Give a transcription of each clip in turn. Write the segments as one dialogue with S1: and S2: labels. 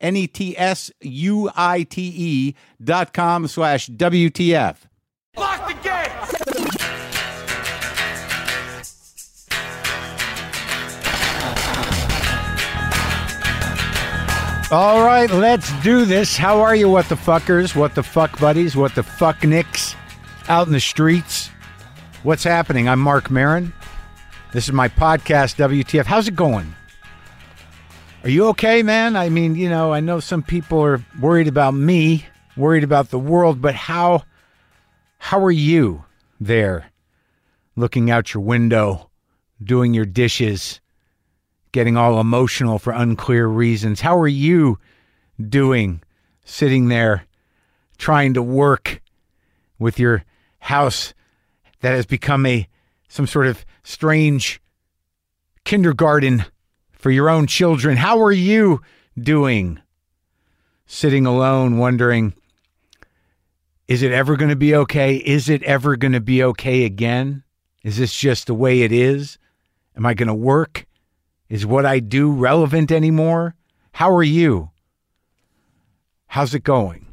S1: N E T S U I T E dot com slash WTF.
S2: Lock the gate!
S1: All right, let's do this. How are you, what the fuckers, what the fuck buddies, what the fuck nicks out in the streets? What's happening? I'm Mark Marin. This is my podcast, WTF. How's it going? Are you okay, man? I mean, you know, I know some people are worried about me, worried about the world, but how how are you there looking out your window, doing your dishes? getting all emotional for unclear reasons. How are you doing sitting there trying to work with your house that has become a some sort of strange kindergarten for your own children? How are you doing sitting alone wondering is it ever going to be okay? Is it ever going to be okay again? Is this just the way it is? Am I going to work? Is what I do relevant anymore? How are you? How's it going?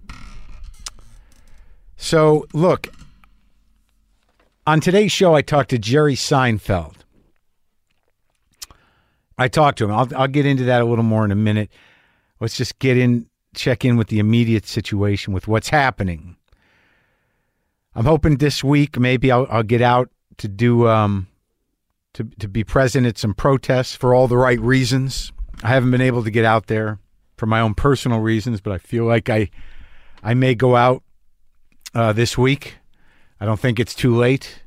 S1: So, look, on today's show, I talked to Jerry Seinfeld. I talked to him. I'll, I'll get into that a little more in a minute. Let's just get in, check in with the immediate situation, with what's happening. I'm hoping this week maybe I'll, I'll get out to do um, to, to be present at some protests for all the right reasons. I haven't been able to get out there for my own personal reasons, but I feel like I I may go out uh, this week. I don't think it's too late.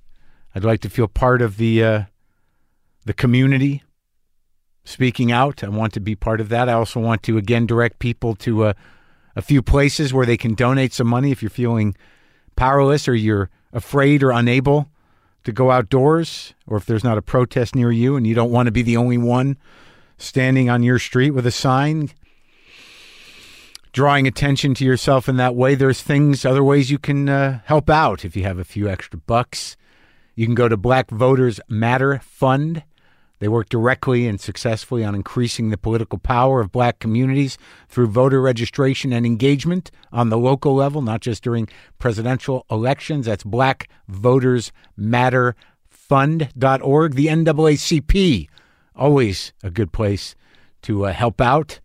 S1: I'd like to feel part of the uh, the community speaking out. I want to be part of that. I also want to again direct people to uh, a few places where they can donate some money if you're feeling powerless or you're afraid or unable to go outdoors, or if there's not a protest near you and you don't want to be the only one standing on your street with a sign, drawing attention to yourself in that way, there's things, other ways you can uh, help out if you have a few extra bucks. You can go to Black Voters Matter Fund. They work directly and successfully on increasing the political power of black communities through voter registration and engagement on the local level, not just during presidential elections. That's Black Voters Matter Fund.org. The NAACP, always a good place to uh, help out.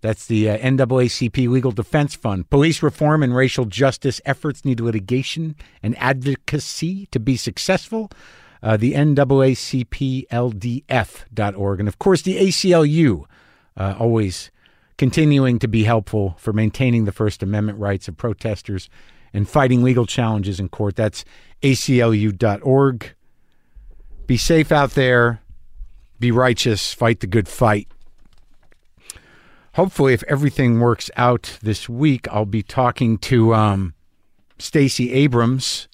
S1: That's the uh, NAACP Legal Defense Fund. Police reform and racial justice efforts need litigation and advocacy to be successful. Uh, the NAACPLDF.org. And of course, the ACLU, uh, always continuing to be helpful for maintaining the First Amendment rights of protesters and fighting legal challenges in court. That's ACLU.org. Be safe out there. Be righteous. Fight the good fight hopefully if everything works out this week i'll be talking to um, stacy abrams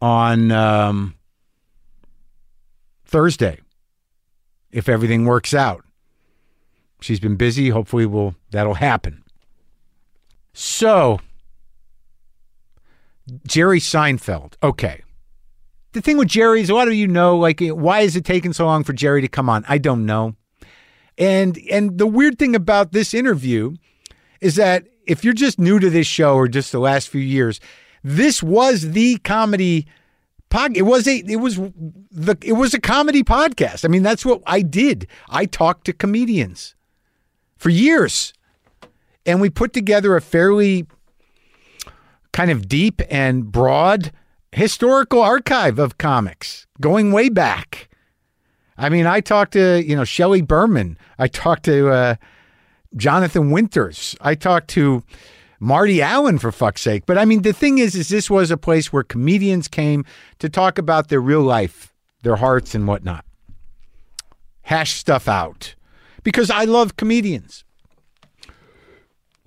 S1: on um, thursday if everything works out she's been busy hopefully will that'll happen so jerry seinfeld okay the thing with jerry is a lot of you know like why is it taking so long for jerry to come on i don't know and and the weird thing about this interview is that if you're just new to this show or just the last few years, this was the comedy pod. It was a it was the it was a comedy podcast. I mean, that's what I did. I talked to comedians for years, and we put together a fairly kind of deep and broad historical archive of comics going way back. I mean, I talked to, you know, Shelley Berman. I talked to uh, Jonathan Winters. I talked to Marty Allen for fuck's sake. But I mean, the thing is, is this was a place where comedians came to talk about their real life, their hearts and whatnot. Hash stuff out. Because I love comedians.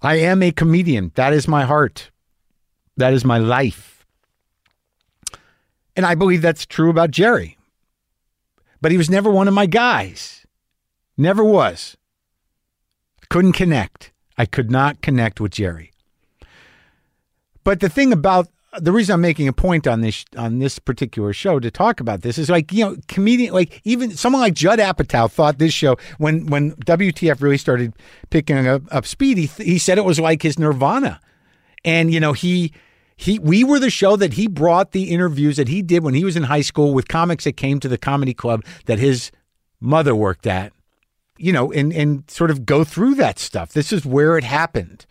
S1: I am a comedian. That is my heart. That is my life. And I believe that's true about Jerry. But he was never one of my guys. Never was. Couldn't connect. I could not connect with Jerry. But the thing about the reason I'm making a point on this on this particular show to talk about this is like you know comedian like even someone like Judd Apatow thought this show when when WTF really started picking up, up speed he, th- he said it was like his Nirvana, and you know he he we were the show that he brought the interviews that he did when he was in high school with comics that came to the comedy club that his mother worked at, you know and and sort of go through that stuff. This is where it happened.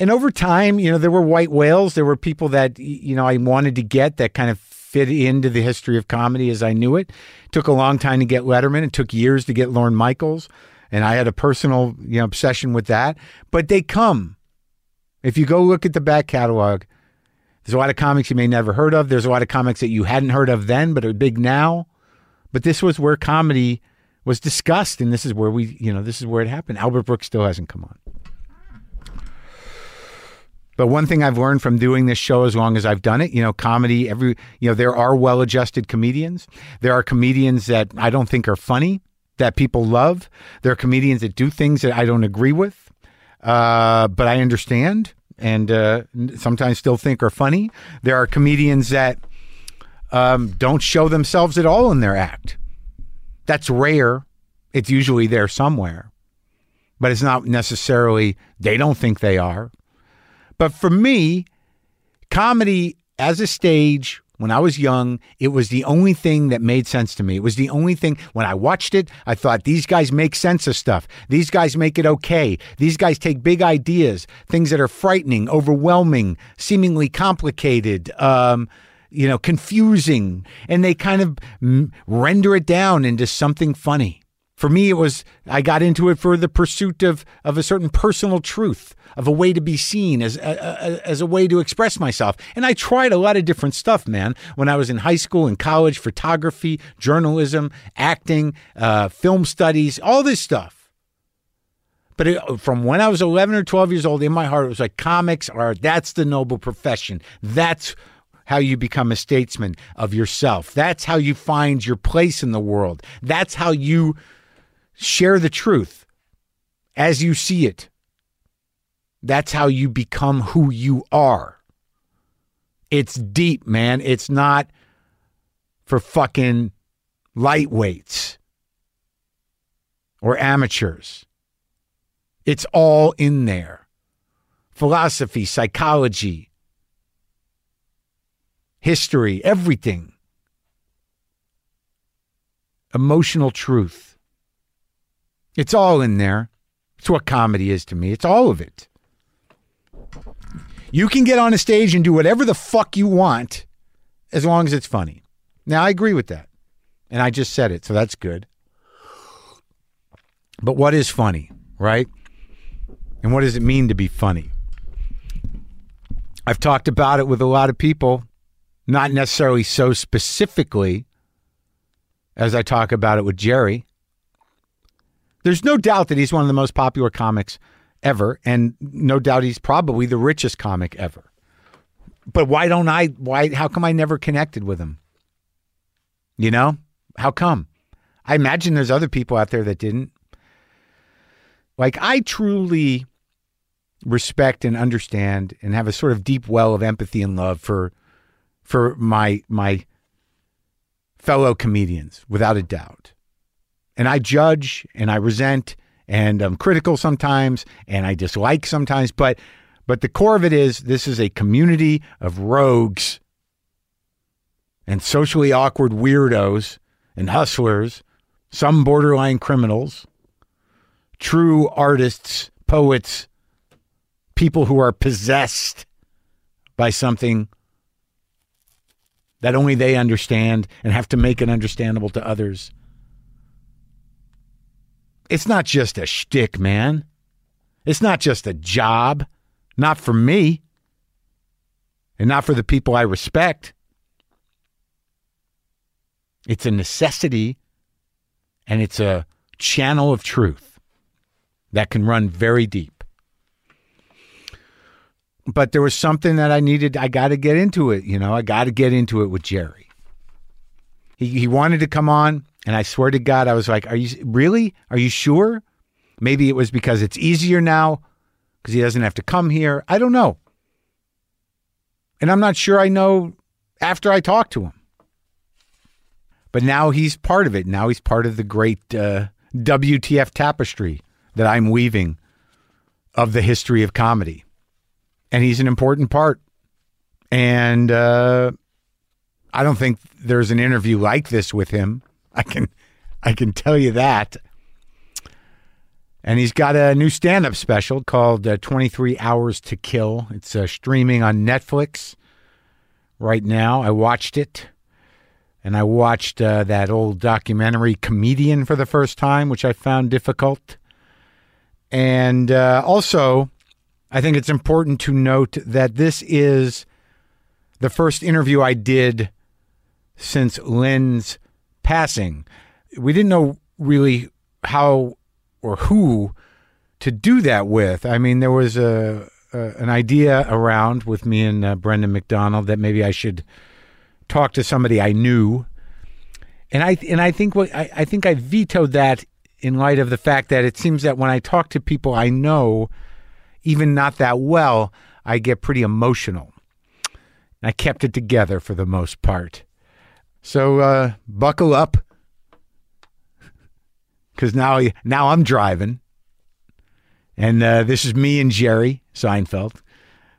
S1: And over time, you know, there were white whales. There were people that, y- you know, I wanted to get that kind of fit into the history of comedy as I knew it. Took a long time to get Letterman. It took years to get Lorne Michaels. And I had a personal, you know, obsession with that. But they come. If you go look at the back catalog, there's a lot of comics you may never heard of. There's a lot of comics that you hadn't heard of then, but are big now. But this was where comedy was discussed, and this is where we, you know, this is where it happened. Albert Brooks still hasn't come on. But one thing I've learned from doing this show as long as I've done it, you know, comedy, every, you know, there are well adjusted comedians. There are comedians that I don't think are funny, that people love. There are comedians that do things that I don't agree with, uh, but I understand and uh, n- sometimes still think are funny. There are comedians that um, don't show themselves at all in their act. That's rare. It's usually there somewhere, but it's not necessarily they don't think they are. But for me, comedy as a stage, when I was young, it was the only thing that made sense to me. It was the only thing when I watched it, I thought these guys make sense of stuff. These guys make it okay. These guys take big ideas, things that are frightening, overwhelming, seemingly complicated. Um, you know, confusing, and they kind of mm, render it down into something funny. For me, it was I got into it for the pursuit of of a certain personal truth, of a way to be seen, as a, a, as a way to express myself. And I tried a lot of different stuff, man. When I was in high school and college, photography, journalism, acting, uh, film studies, all this stuff. But it, from when I was 11 or 12 years old, in my heart, it was like comics are that's the noble profession. That's how you become a statesman of yourself. That's how you find your place in the world. That's how you share the truth as you see it. That's how you become who you are. It's deep, man. It's not for fucking lightweights or amateurs. It's all in there philosophy, psychology, history, everything, emotional truth. It's all in there. It's what comedy is to me. It's all of it. You can get on a stage and do whatever the fuck you want as long as it's funny. Now, I agree with that. And I just said it, so that's good. But what is funny, right? And what does it mean to be funny? I've talked about it with a lot of people, not necessarily so specifically as I talk about it with Jerry. There's no doubt that he's one of the most popular comics ever, and no doubt he's probably the richest comic ever. But why don't I? Why? How come I never connected with him? You know, how come? I imagine there's other people out there that didn't. Like I truly respect and understand and have a sort of deep well of empathy and love for for my my fellow comedians without a doubt and I judge and I resent and I'm critical sometimes and I dislike sometimes, but but the core of it is this is a community of rogues and socially awkward weirdos and hustlers, some borderline criminals, true artists, poets, people who are possessed by something that only they understand and have to make it understandable to others. It's not just a shtick, man. It's not just a job. Not for me. And not for the people I respect. It's a necessity and it's a channel of truth that can run very deep. But there was something that I needed. I got to get into it. You know, I got to get into it with Jerry. He, he wanted to come on, and I swear to God, I was like, Are you really? Are you sure? Maybe it was because it's easier now because he doesn't have to come here. I don't know. And I'm not sure I know after I talk to him but now he's part of it. Now he's part of the great uh, WTF tapestry that I'm weaving of the history of comedy, and he's an important part. And uh, I don't think there's an interview like this with him. I can, I can tell you that. And he's got a new stand-up special called uh, "23 Hours to Kill." It's uh, streaming on Netflix right now. I watched it and I watched uh, that old documentary Comedian for the first time, which I found difficult. And uh, also, I think it's important to note that this is the first interview I did since Lynn's passing. We didn't know really how or who to do that with. I mean, there was a, a an idea around with me and uh, Brendan McDonald that maybe I should talk to somebody I knew, and I and I think what I, I think I vetoed that in light of the fact that it seems that when I talk to people I know, even not that well, I get pretty emotional. And I kept it together for the most part. So uh, buckle up, because now now I'm driving, and uh, this is me and Jerry Seinfeld.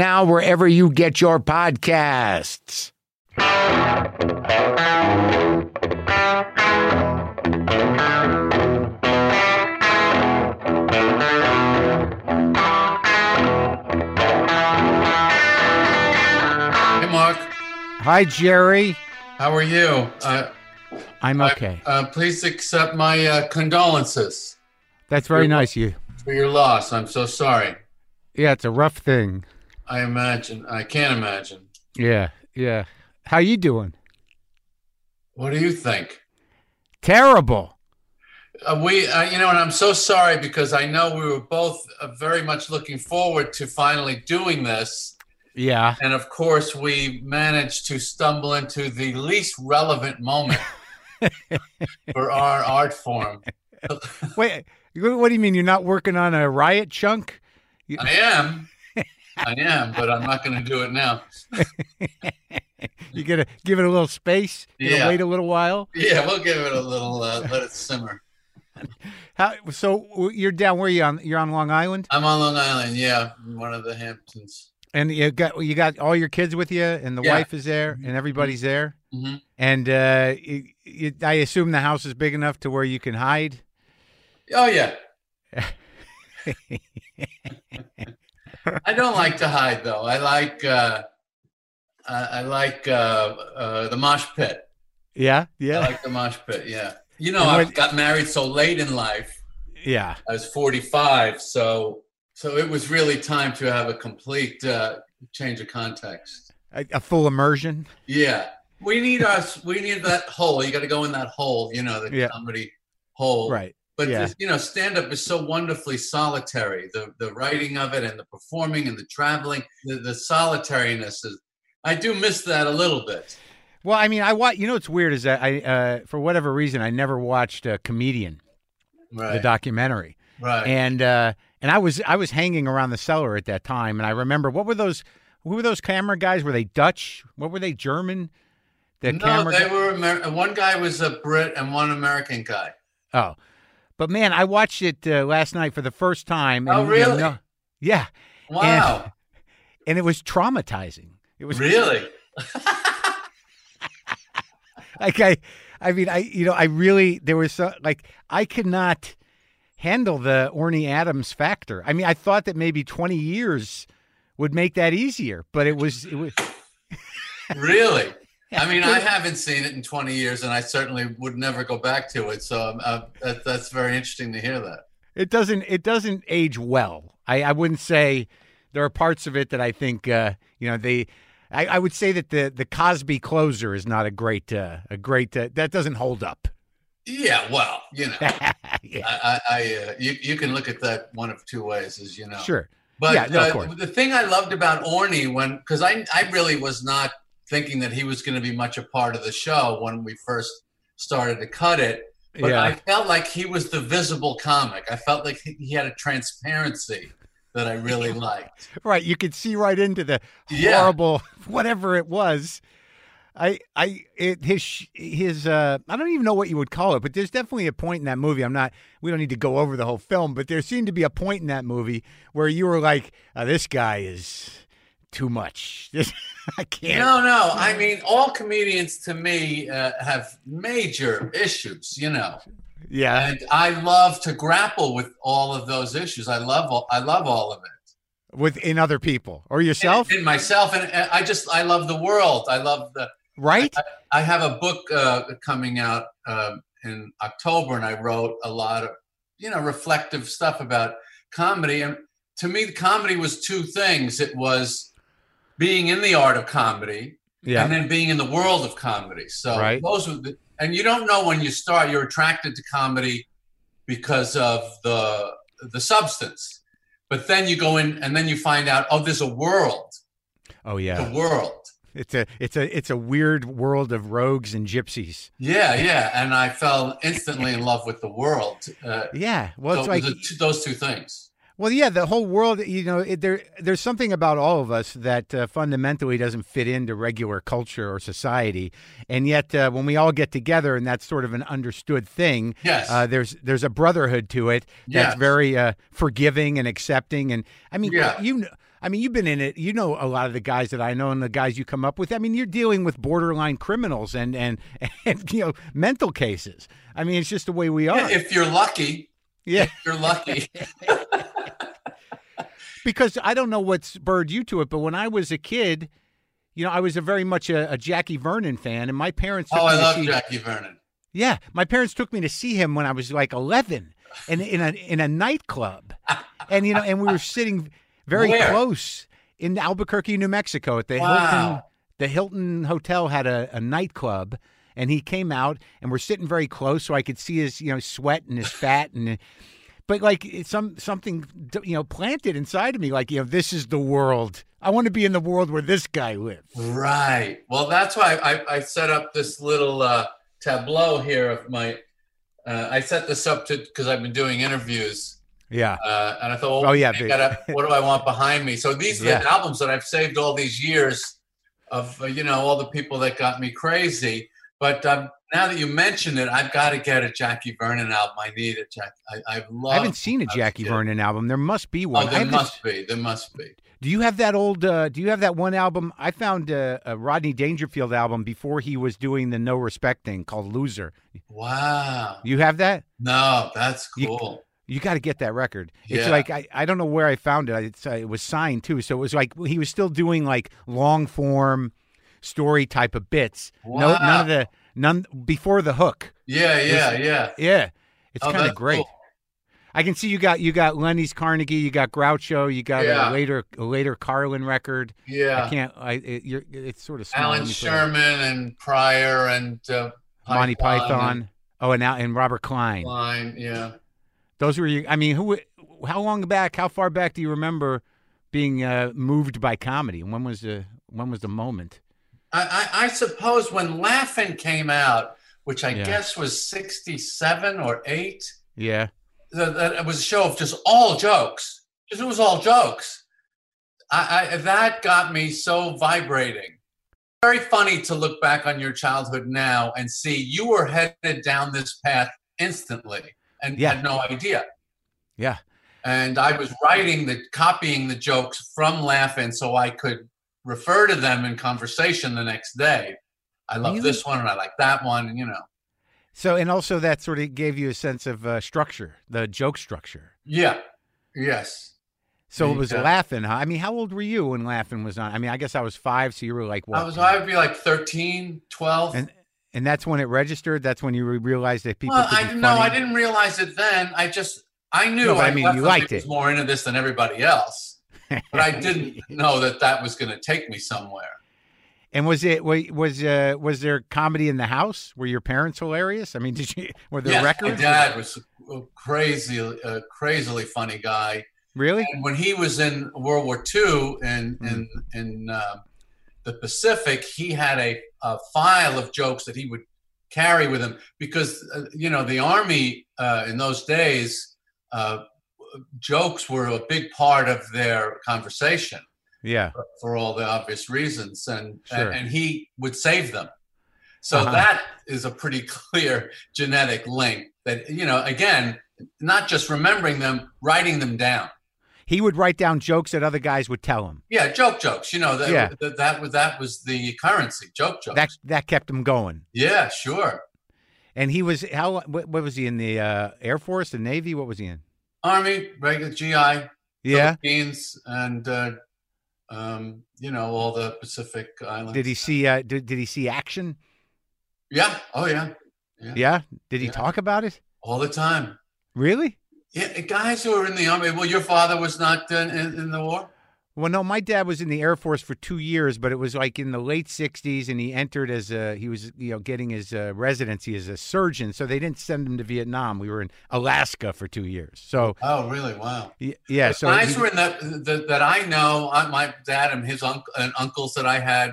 S1: now wherever you get your podcasts.
S3: Hey, Mark.
S1: Hi, Jerry.
S3: How are you? Uh,
S1: I'm
S3: I-
S1: okay.
S3: uh, please accept my uh, condolences
S1: That's very nice. You.
S3: for your loss. I'm so sorry.
S1: Yeah, it's a rough thing.
S3: I imagine. I can't imagine.
S1: Yeah, yeah. How you doing?
S3: What do you think?
S1: Terrible.
S3: Uh, we, uh, you know, and I'm so sorry because I know we were both uh, very much looking forward to finally doing this.
S1: Yeah.
S3: And of course, we managed to stumble into the least relevant moment for our art form.
S1: Wait. you- What do you mean you're not working on a riot chunk?
S3: I am. I am, but I'm not going to do it now.
S1: You gotta give it a little space. You gotta
S3: Yeah.
S1: wait a little while.
S3: Yeah, we'll give it a little, uh, let it simmer.
S1: How? So w- you're down where are you on? You're on Long Island,
S3: I'm on Long Island, yeah, in one of the Hamptons.
S1: and you got you got all your kids with you, and the
S3: Yeah.
S1: wife is there, and everybody's there,
S3: hmm
S1: and uh, you, you, I assume the house is big enough to where you can hide.
S3: Oh, yeah. I don't like to hide, though. I like, uh, I, I like uh, uh, the mosh pit.
S1: Yeah.
S3: I
S1: Yeah.
S3: like the mosh pit, yeah. You know,
S1: And
S3: I
S1: what-
S3: got married so late in life.
S1: yeah.
S3: I was 45, so so it was really time to have a complete, uh, change of context.
S1: A, a full immersion.
S3: Yeah, we need us. We need that hole. You got to go in that hole. You know, the
S1: Yeah.
S3: comedy hole.
S1: Right.
S3: But
S1: Yeah.
S3: this, you know, stand up is so wonderfully solitary. The the writing of it and the performing and the traveling, the, the solitariness is. I do miss that a little bit.
S1: Well, I mean, I watch. You know, what's weird is that I, uh, for whatever reason, I never watched uh, comedian the
S3: Right.
S1: documentary,
S3: right.
S1: and uh, and I was I was hanging around the cellar at that time, and I remember what were those who were those camera guys? Were they Dutch? What were they German? The
S3: no,
S1: camera.
S3: they
S1: guy-
S3: were Amer- one guy was a Brit and one American guy.
S1: oh, but man, I watched it uh, last night for the first time.
S3: Oh,
S1: you
S3: really?
S1: know- yeah,
S3: Wow,
S1: and it was traumatizing. It was
S3: really?
S1: like I, I mean, I you know, I really there was so, like I could not handle the Orny Adams factor. I mean, I thought that maybe twenty years would make that easier, but it was it was
S3: Really? I mean, I haven't seen it in 20 years, and I certainly would never go back to it. So um, uh, that, that's very interesting to hear that.
S1: it doesn't it doesn't age well. I I wouldn't say there are parts of it that I think uh, you know they. I, I would say that the, the Cosby closer is not a great uh, a great uh, that doesn't hold up.
S3: Yeah, well, you know, I,
S1: yeah,
S3: I, I uh, you, you can look at that one of two ways, as you know.
S1: sure.
S3: But
S1: Yeah, no, of
S3: uh,
S1: course.
S3: the thing I loved about Orny when, because I, I really was not thinking that he was going to be much a part of the show when we first started to cut it. But
S1: yeah,
S3: I felt like he was the visible comic. I felt like he he had a transparency that I really liked.
S1: right. You could see right into the
S3: Yeah.
S1: horrible whatever it was. I I it, his sh- his uh I don't even know what you would call it, but there's definitely a point in that movie. I'm not we don't need to go over the whole film, but there seemed to be a point in that movie where you were like, uh, this guy is too much. This, I can't.
S3: No, no. I mean, all comedians to me uh, have major issues, you know,
S1: Yeah.
S3: and I love to grapple with all of those issues. I love, all, I love all of it.
S1: With in other people or yourself,
S3: In, in myself, and, and I just, I love the world. I love the.
S1: right?
S3: I have a book uh, coming out um, in October, and I wrote a lot of, you know, reflective stuff about comedy. And to me, the comedy was two things. It was being in the art of comedy, and
S1: Yeah.
S3: then being in the world of comedy. So
S1: Right.
S3: those were the, and you don't know when you start. You're attracted to comedy because of the the substance, but then you go in and then you find out oh, there's a world,
S1: Oh yeah.
S3: the world.
S1: It's a it's a it's a weird world of rogues and gypsies.
S3: Yeah, yeah, and I fell instantly in love with the world. Uh,
S1: Yeah. Well,
S3: so
S1: it's
S3: it was
S1: like
S3: the two- those two things.
S1: Well, yeah, the whole world, you know, it, there there's something about all of us that uh, fundamentally doesn't fit into regular culture or society, and yet uh, when we all get together and that's sort of an understood thing,
S3: Yes.
S1: uh, there's there's a brotherhood to it that's
S3: Yes.
S1: very uh, forgiving and accepting, and I mean,
S3: Yeah.
S1: you know. I mean, you've been in it. You know a lot of the guys that I know and the guys you come up with. I mean, you're dealing with borderline criminals and and, and you know mental cases. I mean, it's just the way we are.
S3: Yeah, if you're lucky,
S1: yeah.
S3: you're lucky.
S1: because I don't know what's spurred you to it, but when I was a kid, you know, I was a very much a, a Jackie Vernon fan, and my parents. Took
S3: oh,
S1: me
S3: I
S1: to
S3: love
S1: see,
S3: Jackie Vernon.
S1: Yeah, my parents took me to see him when I was like eleven, and in a in a nightclub, and you know, and we were sitting very
S3: Where?
S1: close in Albuquerque, New Mexico, at the Hilton.
S3: Wow.
S1: The Hilton Hotel had a, a nightclub. And he came out, and we're sitting very close, so I could see his, you know, sweat and his fat, and but like it's some something you know planted inside of me like you know this is the world i want to be in the world where this guy lives
S3: Right. Well, that's why I, I set up this little uh, tableau here of my. Uh, I set this up to because I've been doing interviews,
S1: yeah
S3: uh, and I thought, well,
S1: Oh, yeah,
S3: I
S1: big.
S3: gotta, what do I want behind me? So these are
S1: Yeah.
S3: the albums that I've saved all these years of, uh, you know, all the people that got me crazy. But um, now that you mention it, I've got to get a Jackie Vernon album. I need it. Jack. I, I love.
S1: i haven't seen a
S3: I
S1: jackie
S3: did.
S1: vernon album there must be one.
S3: Oh,
S1: I
S3: there
S1: haven't-
S3: must be. There must be.
S1: do you have that old uh, do you have that one album i found uh, a rodney dangerfield album before he was doing the no respect thing called loser
S3: Wow.
S1: you have that
S3: No, that's
S1: You-
S3: cool.
S1: you got to get that record. It's
S3: Yeah.
S1: like I, I don't know where I found it. I- It's, uh, it was signed too, so it was like he was still doing like long form story type of bits. No, none
S3: Wow.
S1: of the none before the hook.
S3: yeah, yeah, yeah.
S1: Yeah, it's
S3: Oh,
S1: kind of
S3: that's
S1: great.
S3: cool.
S1: I can see you got you got Lenny's Carnegie, you got Groucho, you got a
S3: Yeah.
S1: later a later Carlin record. I
S3: Yeah.
S1: can't. I it, you're, it's sort of small
S3: Alan
S1: when you put it-
S3: Sherman and Pryor and uh,
S1: Monty Python.
S3: and
S1: Oh, and now and Robert Klein.
S3: Klein, yeah.
S1: Those were you. I mean, who? How long back? How far back do you remember being uh, moved by comedy? When was the when was the moment?
S3: I, I, I suppose when Laughing came out, which I
S1: Yeah.
S3: guess was 67 or 8,
S1: Yeah.
S3: that, that it was a show of just all jokes. Just, it was all jokes. I, I that got me so vibrating. Very funny to look back on your childhood now and see you were headed down this path instantly and
S1: Yeah.
S3: had no idea.
S1: Yeah.
S3: And I was writing the copying the jokes from Laughing so I could refer to them in conversation the next day. I love
S1: Really?
S3: this one and I like that one, and you know.
S1: So and also that sort of gave you a sense of uh, structure, the joke structure.
S3: Yeah. Yes.
S1: So
S3: There
S1: it
S3: you
S1: was
S3: go.
S1: laughing. Huh? I mean, how old were you when laughing was on? I mean, I guess I was five, so you were like what?
S3: I was I'd be like 13, 12.
S1: and and that's when it registered. That's when you re- realized that people.
S3: Well,
S1: could be
S3: I no, I
S1: funny?
S3: didn't realize it then. I just I knew
S1: No, but I mean, you
S3: definitely
S1: liked
S3: was
S1: it.
S3: more into this than everybody else, but I didn't know that that was going to take me somewhere.
S1: And was it wa- was uh, was there comedy in the house? Were your parents hilarious? I mean, did you were there
S3: Yes,
S1: records?
S3: my dad was a crazy, a crazily funny guy,
S1: Really?
S3: and when he was in World War II and
S1: Hmm.
S3: in in uh, the Pacific, he had a, a file of jokes that he would carry with him because uh, you know the army uh, in those days uh, jokes were a big part of their conversation
S1: Yeah.
S3: for all the obvious reasons, and
S1: Sure.
S3: and, and he would save them. So
S1: Uh-huh.
S3: that is a pretty clear genetic link that you know again not just remembering them writing them down
S1: He would write down jokes that other guys would tell him.
S3: Yeah, joke jokes. You know that
S1: Yeah.
S3: that, that was that was the currency. Joke jokes.
S1: That that kept him going.
S3: yeah, sure.
S1: And he was how what, what was he in the uh, Air Force, the Navy? What was he in?
S3: Army, regular GI,
S1: Yeah.
S3: Philippines, and uh, um, you know all the Pacific islands.
S1: Did he see uh, did, did he see action?
S3: Yeah. Oh yeah.
S1: Yeah. Did he
S3: Yeah.
S1: talk about it?
S3: All the time.
S1: Really?
S3: Yeah, guys who were in the army. Well, your father was not uh, in, in the war.
S1: Well, no, my dad was in the Air Force for two years, but it was like in the late '60s, and he entered as a he was you know getting his uh, residency as a surgeon, so they didn't send him to Vietnam. We were in Alaska for two years, so
S3: Oh, really? Wow.
S1: y- yeah,
S3: The
S1: so
S3: guys
S1: he-
S3: were in that that, that I know, I, my dad and his uncle and uncles that I had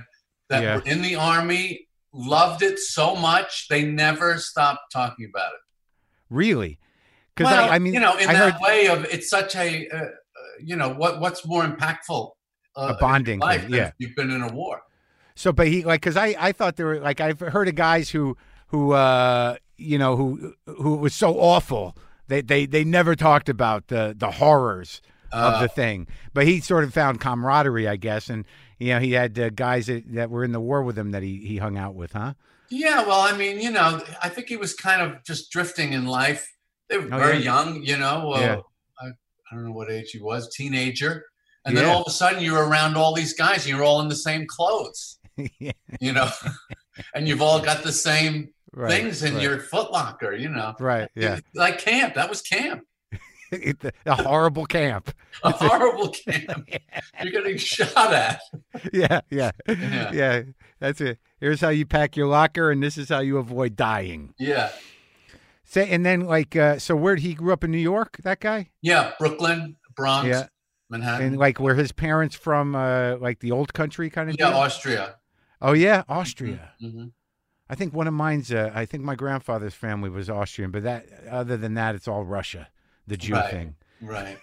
S3: that
S1: Yeah.
S3: were in the army loved it so much they never stopped talking about it.
S1: really because
S3: Well,
S1: I, I mean
S3: you know, in
S1: I
S3: that
S1: heard
S3: way of it's such a, uh, uh, you know, what what's more impactful uh,
S1: a bonding
S3: in life
S1: thing,
S3: than
S1: yeah.
S3: if you've been in a war.
S1: So, but he like because I I thought there were like I've heard of guys who who uh you know who who it was so awful they they they never talked about the the horrors of
S3: Uh,
S1: the thing. But he sort of found camaraderie, I guess, and you know he had uh, guys that, that were in the war with him that he he hung out with, huh?
S3: Yeah, well, I mean, you know, I think he was kind of just drifting in life. They were
S1: Oh,
S3: very
S1: yeah.
S3: young, you know. Uh,
S1: Yeah.
S3: I, I don't know what age he was, teenager, and then
S1: Yeah.
S3: all of a sudden you're around all these guys, and you're all in the same clothes,
S1: yeah,
S3: you know, and you've all got the same
S1: right.
S3: things in
S1: right.
S3: your footlocker, you know.
S1: right, yeah,
S3: Like camp, that was camp.
S1: It- the, the horrible camp.
S3: a horrible camp. You're getting shot at.
S1: Yeah, yeah,
S3: Yeah.
S1: yeah. That's it. Here's how you pack your locker, and this is how you avoid dying.
S3: Yeah.
S1: Say, and then like, uh, so where he grew up in New York, that guy,
S3: Yeah. Brooklyn, Bronx,
S1: Yeah.
S3: Manhattan.
S1: and like where his parents from, uh, like the old country kind of.
S3: yeah,
S1: deal?
S3: Austria.
S1: oh yeah, Austria.
S3: Mhm.
S1: I think one of mine's. Uh, I think my grandfather's family was Austrian, but that other than that, it's all Russia, the Jew
S3: Right.
S1: thing.
S3: Right.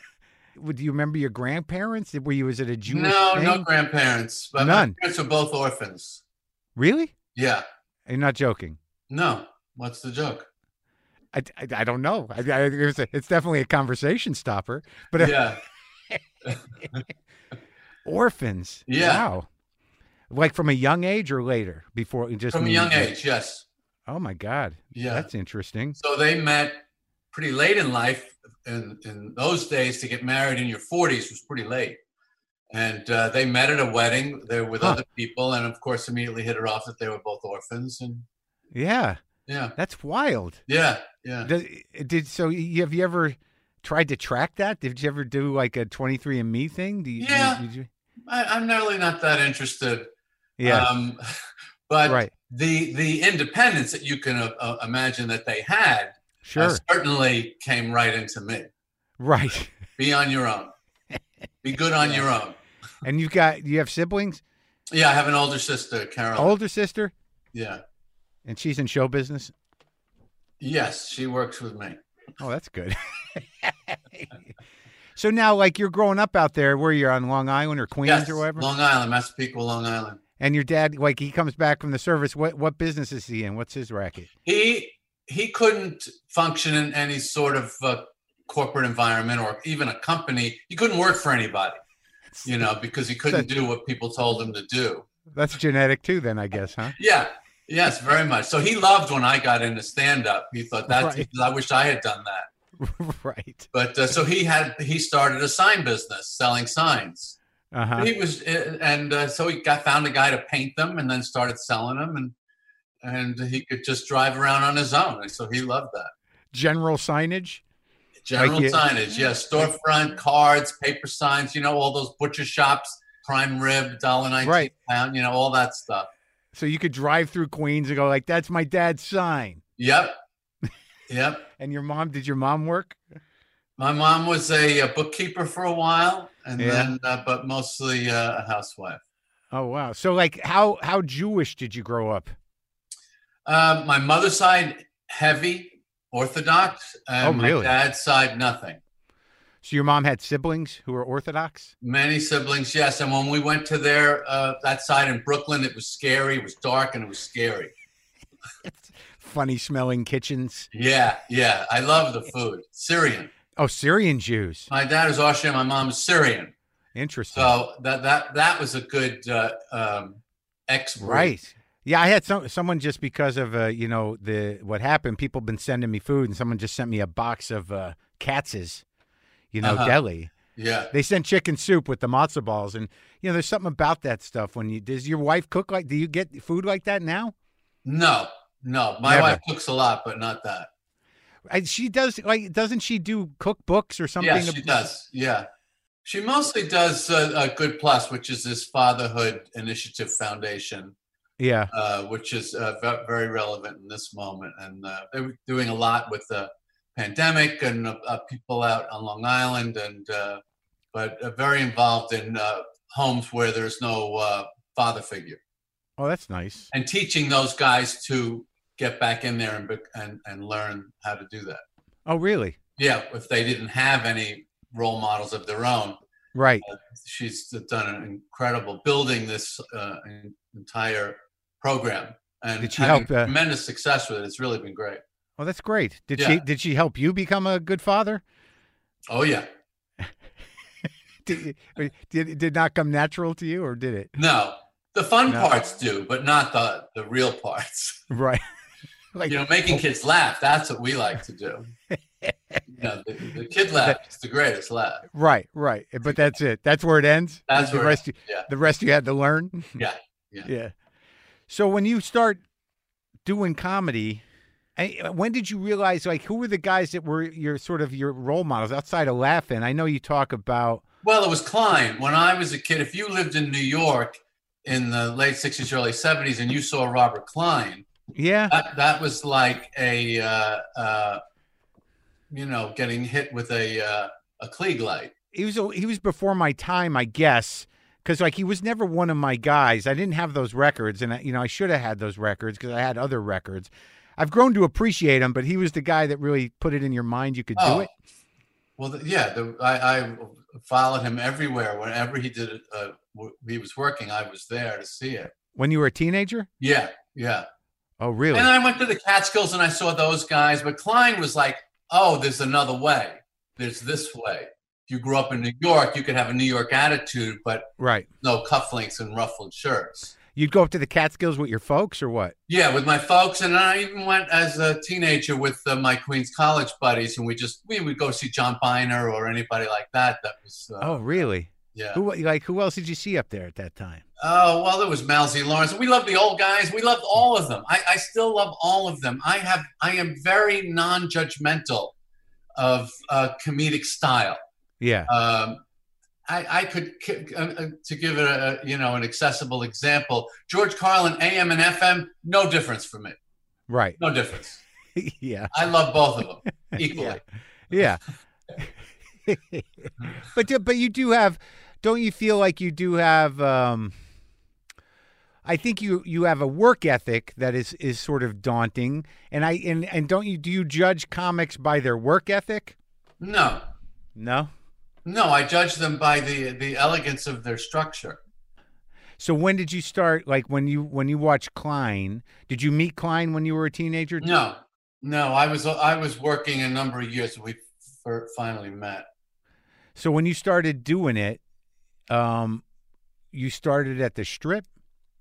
S1: Would you remember your grandparents? Were you was it a Jewish
S3: no,
S1: thing?
S3: no grandparents. But
S1: None.
S3: My parents are both orphans.
S1: Really?
S3: Yeah.
S1: You're not joking.
S3: No. What's the joke?
S1: I, I, I don't know. I, I, it's, a, it's definitely a conversation stopper. But uh,
S3: Yeah.
S1: orphans.
S3: Yeah.
S1: Wow. Like from a young age or later, before just
S3: From a
S1: when you-
S3: young age. Yes.
S1: Oh my God,
S3: Yeah.
S1: that's interesting.
S3: so they met pretty late in life. In, in those days, to get married in your 40s was pretty late. And uh, they met at a wedding. They were with
S1: Huh.
S3: other people. And of course, immediately hit it off that they were both orphans. And
S1: Yeah,
S3: Yeah,
S1: that's wild.
S3: yeah, yeah.
S1: Did, did so? You, have you ever tried to track that? Did you ever do like a 23andMe thing? Do you,
S3: Yeah.
S1: did you-
S3: I, I'm really not that interested.
S1: yeah.
S3: Um, but
S1: right.
S3: the the independence that you can uh, uh, imagine that they had
S1: Sure.
S3: uh, certainly came right into me.
S1: right.
S3: Be on your own. Be good on your own.
S1: And you've got you have siblings?
S3: Yeah, I have an older sister, Carolyn.
S1: Older sister,
S3: Yeah.
S1: and she's in show business.
S3: Yes, she works with me.
S1: Oh, that's good. so now, like you're growing up out there, where you're on Long Island or Queens
S3: Yes,
S1: or whatever,
S3: Long Island, Massapequa, Long Island.
S1: and your dad, like he comes back from the service. What what business is he in? What's his racket?
S3: He he couldn't function in any sort of uh, corporate environment or even a company. He couldn't work for anybody, you know, because he couldn't do what people told him to do.
S1: That's genetic too, then I guess, huh?
S3: Yeah. Yes, very much. So he loved when I got into stand up. He thought that's
S1: Right.
S3: I wish I had done that.
S1: right.
S3: But uh, so he had he started a sign business selling signs.
S1: Uh huh.
S3: He was and uh, so he got found a guy to paint them and then started selling them and and he could just drive around on his own. And so he loved that.
S1: General signage.
S3: General
S1: Like you-
S3: signage, yes. Storefront, cards, paper signs, you know, all those butcher shops, prime rib, dollar nineteen
S1: Right.
S3: pound, you know, all that stuff.
S1: So you could drive through Queens and go like, "That's my dad's sign."
S3: Yep. yep.
S1: And your mom? Did your mom work?
S3: My mom was a, uh bookkeeper for a while, and
S1: Yeah.
S3: then, uh, but mostly uh, a housewife.
S1: Oh wow. So like, how how Jewish did you grow up?
S3: Uh, my mother's side, heavy, orthodox, and
S1: Oh, really?
S3: my dad's side, nothing.
S1: So your mom had siblings who were Orthodox.
S3: Many siblings, yes. And when we went to their uh, that side in Brooklyn, it was scary. It was dark and it was scary.
S1: Funny smelling kitchens.
S3: Yeah, yeah. I love the food. Syrian.
S1: Oh, Syrian Jews.
S3: My dad is Austrian. My mom is Syrian.
S1: Interesting.
S3: So that that that was a good uh, um, ex.
S1: Right. Yeah, I had some someone just because of uh, you know the what happened. People been sending me food, and someone just sent me a box of uh, Katz's, you know,
S3: Uh-huh.
S1: deli.
S3: Yeah.
S1: They sent chicken soup with the matzo balls, and you know, there's something about that stuff. When you does your wife cook like? Do you get food like that now?
S3: No, no. My
S1: Never.
S3: wife cooks a lot, but not that.
S1: I, she does. Like, doesn't she do cookbooks or something?
S3: yeah, she does. Yeah. She mostly does uh, uh, Good Plus, which is this fatherhood initiative foundation,
S1: Yeah.
S3: uh, which is uh, ve- very relevant in this moment. And uh, they're doing a lot with the pandemic and uh, uh, people out on Long Island, and uh, but uh, very involved in uh, homes where there's no uh, father figure
S1: Oh, that's nice.
S3: and teaching those guys to get back in there and, bec- and, and learn how to do that.
S1: Oh, really?
S3: Yeah, if they didn't have any role models of their own,
S1: Right.
S3: she's done an incredible building this uh, en- entire program and
S1: Did she
S3: having
S1: help, uh,
S3: tremendous success with it. It's really been great.
S1: Oh, that's great. Did
S3: Yeah.
S1: she did she help you become a good father?
S3: Oh yeah,
S1: Did, or did it did not come natural to you, or did it?
S3: no, the fun
S1: No.
S3: parts do, but not the the real parts.
S1: Right. like
S3: You know, making kids laugh. That's what we like to do. you know, the, the kid laugh is the greatest laugh.
S1: Right, right. eh, But that's it. That's where it ends.
S3: That's
S1: the
S3: where it
S1: rest. you,
S3: yeah.
S1: The rest you had to learn.
S3: Yeah, yeah.
S1: So when you start doing comedy, I- when did you realize like who were the guys that were your sort of your role models outside of laughing? I know you talk about
S3: Well, it was Klein. When I was a kid, if you lived in New York in the late 60s, early 70s, and you saw Robert Klein,
S1: yeah,
S3: that, that was like a uh, uh, you know getting hit with a uh, a Klieg light.
S1: he was he was before my time, I guess. Because like he was never one of my guys. I didn't have those records, and I, you know I should have had those records because I had other records. I've grown to appreciate him, but he was the guy that really put it in your mind you could
S3: Oh,
S1: do it.
S3: Well, th- yeah, the, I, I followed him everywhere. Whenever he did, uh, w- he was working. I was there to see it.
S1: When you were a teenager?
S3: Yeah, yeah.
S1: Oh, really?
S3: And I went to the Catskills and I saw those guys. But Klein was like, "Oh, there's another way. There's this way." If you grew up in New York, you could have a New York attitude, but
S1: Right.
S3: no cufflinks and ruffled shirts.
S1: You'd go up to the Catskills with your folks or what?
S3: Yeah, with my folks, and I even went as a teenager with uh, my Queens College buddies, and we just we would go see John Biner or anybody like that. That was uh,
S1: Oh, really?
S3: yeah.
S1: Who like who else did you see up there at that time?
S3: Oh well, there was Mousy Lawrence. We loved the old guys. We loved all of them. I, I still love all of them. I have I am very non-judgmental of uh, comedic style.
S1: Yeah.
S3: Um, I, I could ki- uh, uh, to give it a you know an accessible example. George Carlin, AM and FM, no difference for me.
S1: Right.
S3: No difference.
S1: yeah.
S3: I love both of them equally.
S1: Yeah. but do- but you do have don't you feel like you do have um I think you you have a work ethic that is is sort of daunting and I and and don't you do you judge comics by their work ethic?
S3: No,
S1: No.
S3: no, I judge them by the the elegance of their structure.
S1: So when did you start like when you when you watched Klein, did you meet Klein when you were a teenager?
S3: No, no, I was I was working a number of years. We fir- finally met.
S1: So when you started doing it um you started at the strip?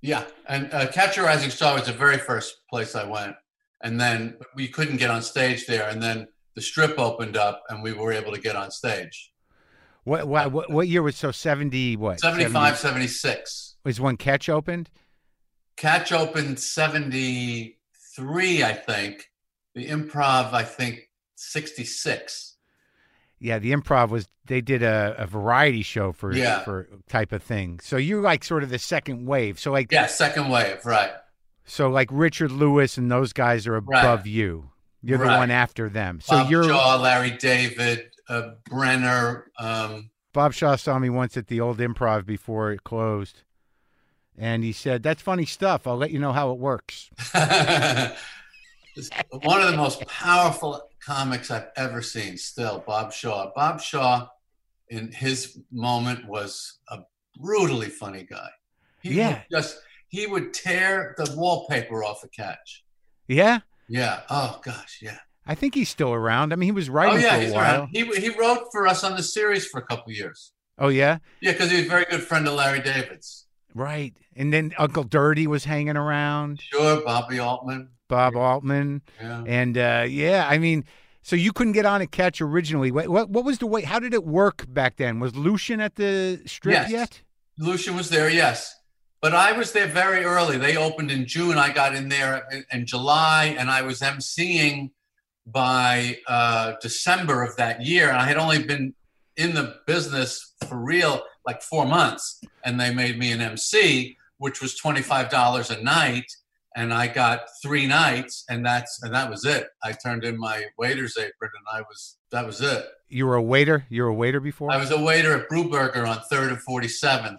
S3: Yeah, and uh, Catch a Rising Star was the very first place I went, and then we couldn't get on stage there, and then the strip opened up, and we were able to get on stage.
S1: What what what, what year was so 70 what?
S3: 75, 76.
S1: is when Catch opened?
S3: Catch opened 73, I think. The improv, I think, 66.
S1: Yeah, the improv was they did a, a variety show for
S3: Yeah.
S1: for type of thing. So you're like sort of the second wave. So like
S3: Yeah, second wave, right.
S1: so like Richard Lewis and those guys are
S3: Right.
S1: above you. You're the
S3: Right.
S1: one after them. So
S3: Bob
S1: you're
S3: Shaw, Larry David, uh, Brenner. Um,
S1: Bob Shaw saw me once at the old improv before it closed. And he said, That's funny stuff. I'll let you know how it works.
S3: one of the most powerful comics I've ever seen. Still, Bob Shaw. Bob Shaw, in his moment, was a brutally funny guy. He would
S1: Yeah.
S3: just he would tear the wallpaper off a catch.
S1: Yeah.
S3: Yeah. Oh gosh. Yeah.
S1: I think he's still around. I mean he was
S3: Oh
S1: writing
S3: yeah.
S1: for a
S3: He's
S1: while.
S3: around. He he wrote for us on the series for a couple years.
S1: Oh yeah?
S3: Yeah, because he was a very good friend of Larry David's.
S1: Right. And then Uncle Dirty was hanging around.
S3: Sure, Bobby Altman.
S1: Bob Altman.
S3: Yeah.
S1: And uh, yeah, I mean, so you couldn't get on at catch originally. What, what what was the way? How did it work back then? Was Lucian at the strip
S3: Yes.
S1: yet?
S3: Lucian was there, yes. But I was there very early. They opened in June. I got in there in, in July, and I was emceeing by uh, December of that year. And I had only been in the business for real like four months, and they made me an MC, which was twenty five dollars a night, and I got three nights, and that's and that was it. I turned in my waiter's apron, and I was that was it.
S1: You were a waiter. You were a waiter before.
S3: I was a waiter at Brewburger on 3rd and 47th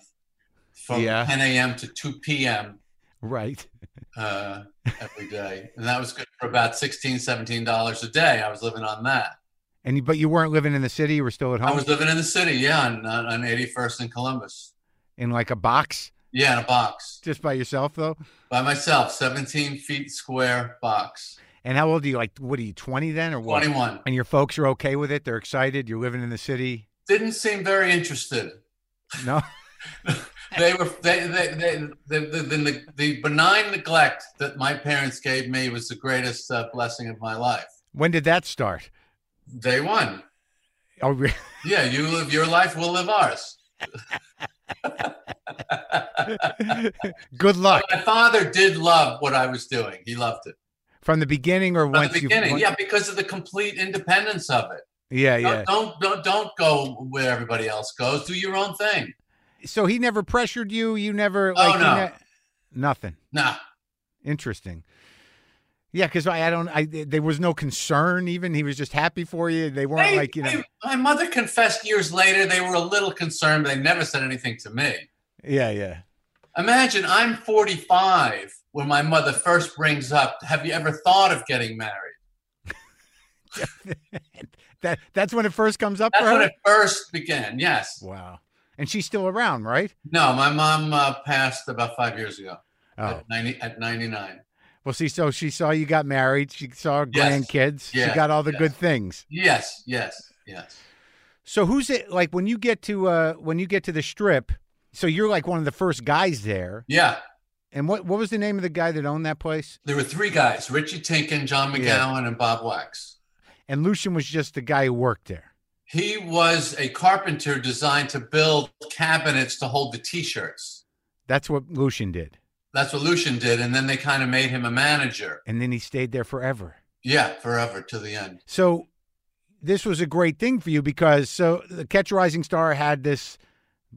S3: from
S1: Yeah.
S3: 10 a.m. to 2 p.m.
S1: right.
S3: Uh, every day. And that was good for about $16, $17 a day. I was living on that.
S1: And you, but you weren't living in the city. You were still at
S3: I
S1: home
S3: was living in the city, yeah, on, on on 81st and Columbus.
S1: in like a box
S3: Yeah, in a box
S1: just by yourself though.
S3: by myself, 17 feet square box.
S1: And how old are you? Like what are you? Twenty then or what?
S3: 21.
S1: And your folks are okay with it. They're excited. You're living in the city.
S3: Didn't seem very interested.
S1: No.
S3: they were they, they, they, the, the, the, the benign neglect that my parents gave me was the greatest uh, blessing of my life.
S1: when did that start?
S3: Day one.
S1: Oh, re-
S3: Yeah, you live your life, we'll live ours.
S1: good luck
S3: My father did love what I was doing. He loved it
S1: from the beginning or
S3: from
S1: once
S3: the beginning.
S1: you.
S3: yeah, because of the complete independence of it.
S1: Yeah. Yeah.
S3: Don't, don't don't don't go where everybody else goes. Do your own thing.
S1: So he never pressured you. You never. Like, you
S3: Oh, no.
S1: ne- nothing.
S3: Nah,
S1: Interesting. Yeah, because I, I don't. I there was no concern. Even he was just happy for you. They weren't
S3: They-
S1: like you know.
S3: they- my mother confessed years later they were a little concerned, but they never said anything to me.
S1: yeah, yeah.
S3: Imagine I'm 45 when my mother first brings up, "Have you ever thought of getting married?"
S1: that that's when it first comes up
S3: That's
S1: for her.
S3: when it first began. Yes.
S1: wow. And she's still around, right?
S3: No, my mom uh, passed about five years ago
S1: Oh,
S3: at 90 at 99.
S1: well. See, so she saw you got married. She saw
S3: Yes.
S1: grandkids. She
S3: Yeah,
S1: got all the
S3: yeah.
S1: good things.
S3: Yes, yes, yes.
S1: So who's it like when you get to uh when you get to the strip? So you're like one of the first guys there.
S3: Yeah,
S1: And what what was the name of the guy that owned that place?
S3: there were three guys: Richie Tinkin, John McGowan,
S1: Yeah.
S3: and Bob Wax.
S1: And Lucian was just the guy who worked there.
S3: He was a carpenter designed to build cabinets to hold the T-shirts.
S1: That's what Lucian did.
S3: That's what Lucian did, and then they kind of made him a manager.
S1: And then he stayed there forever.
S3: Yeah, forever to the end.
S1: So this was a great thing for you because so the Catch a Rising Star had this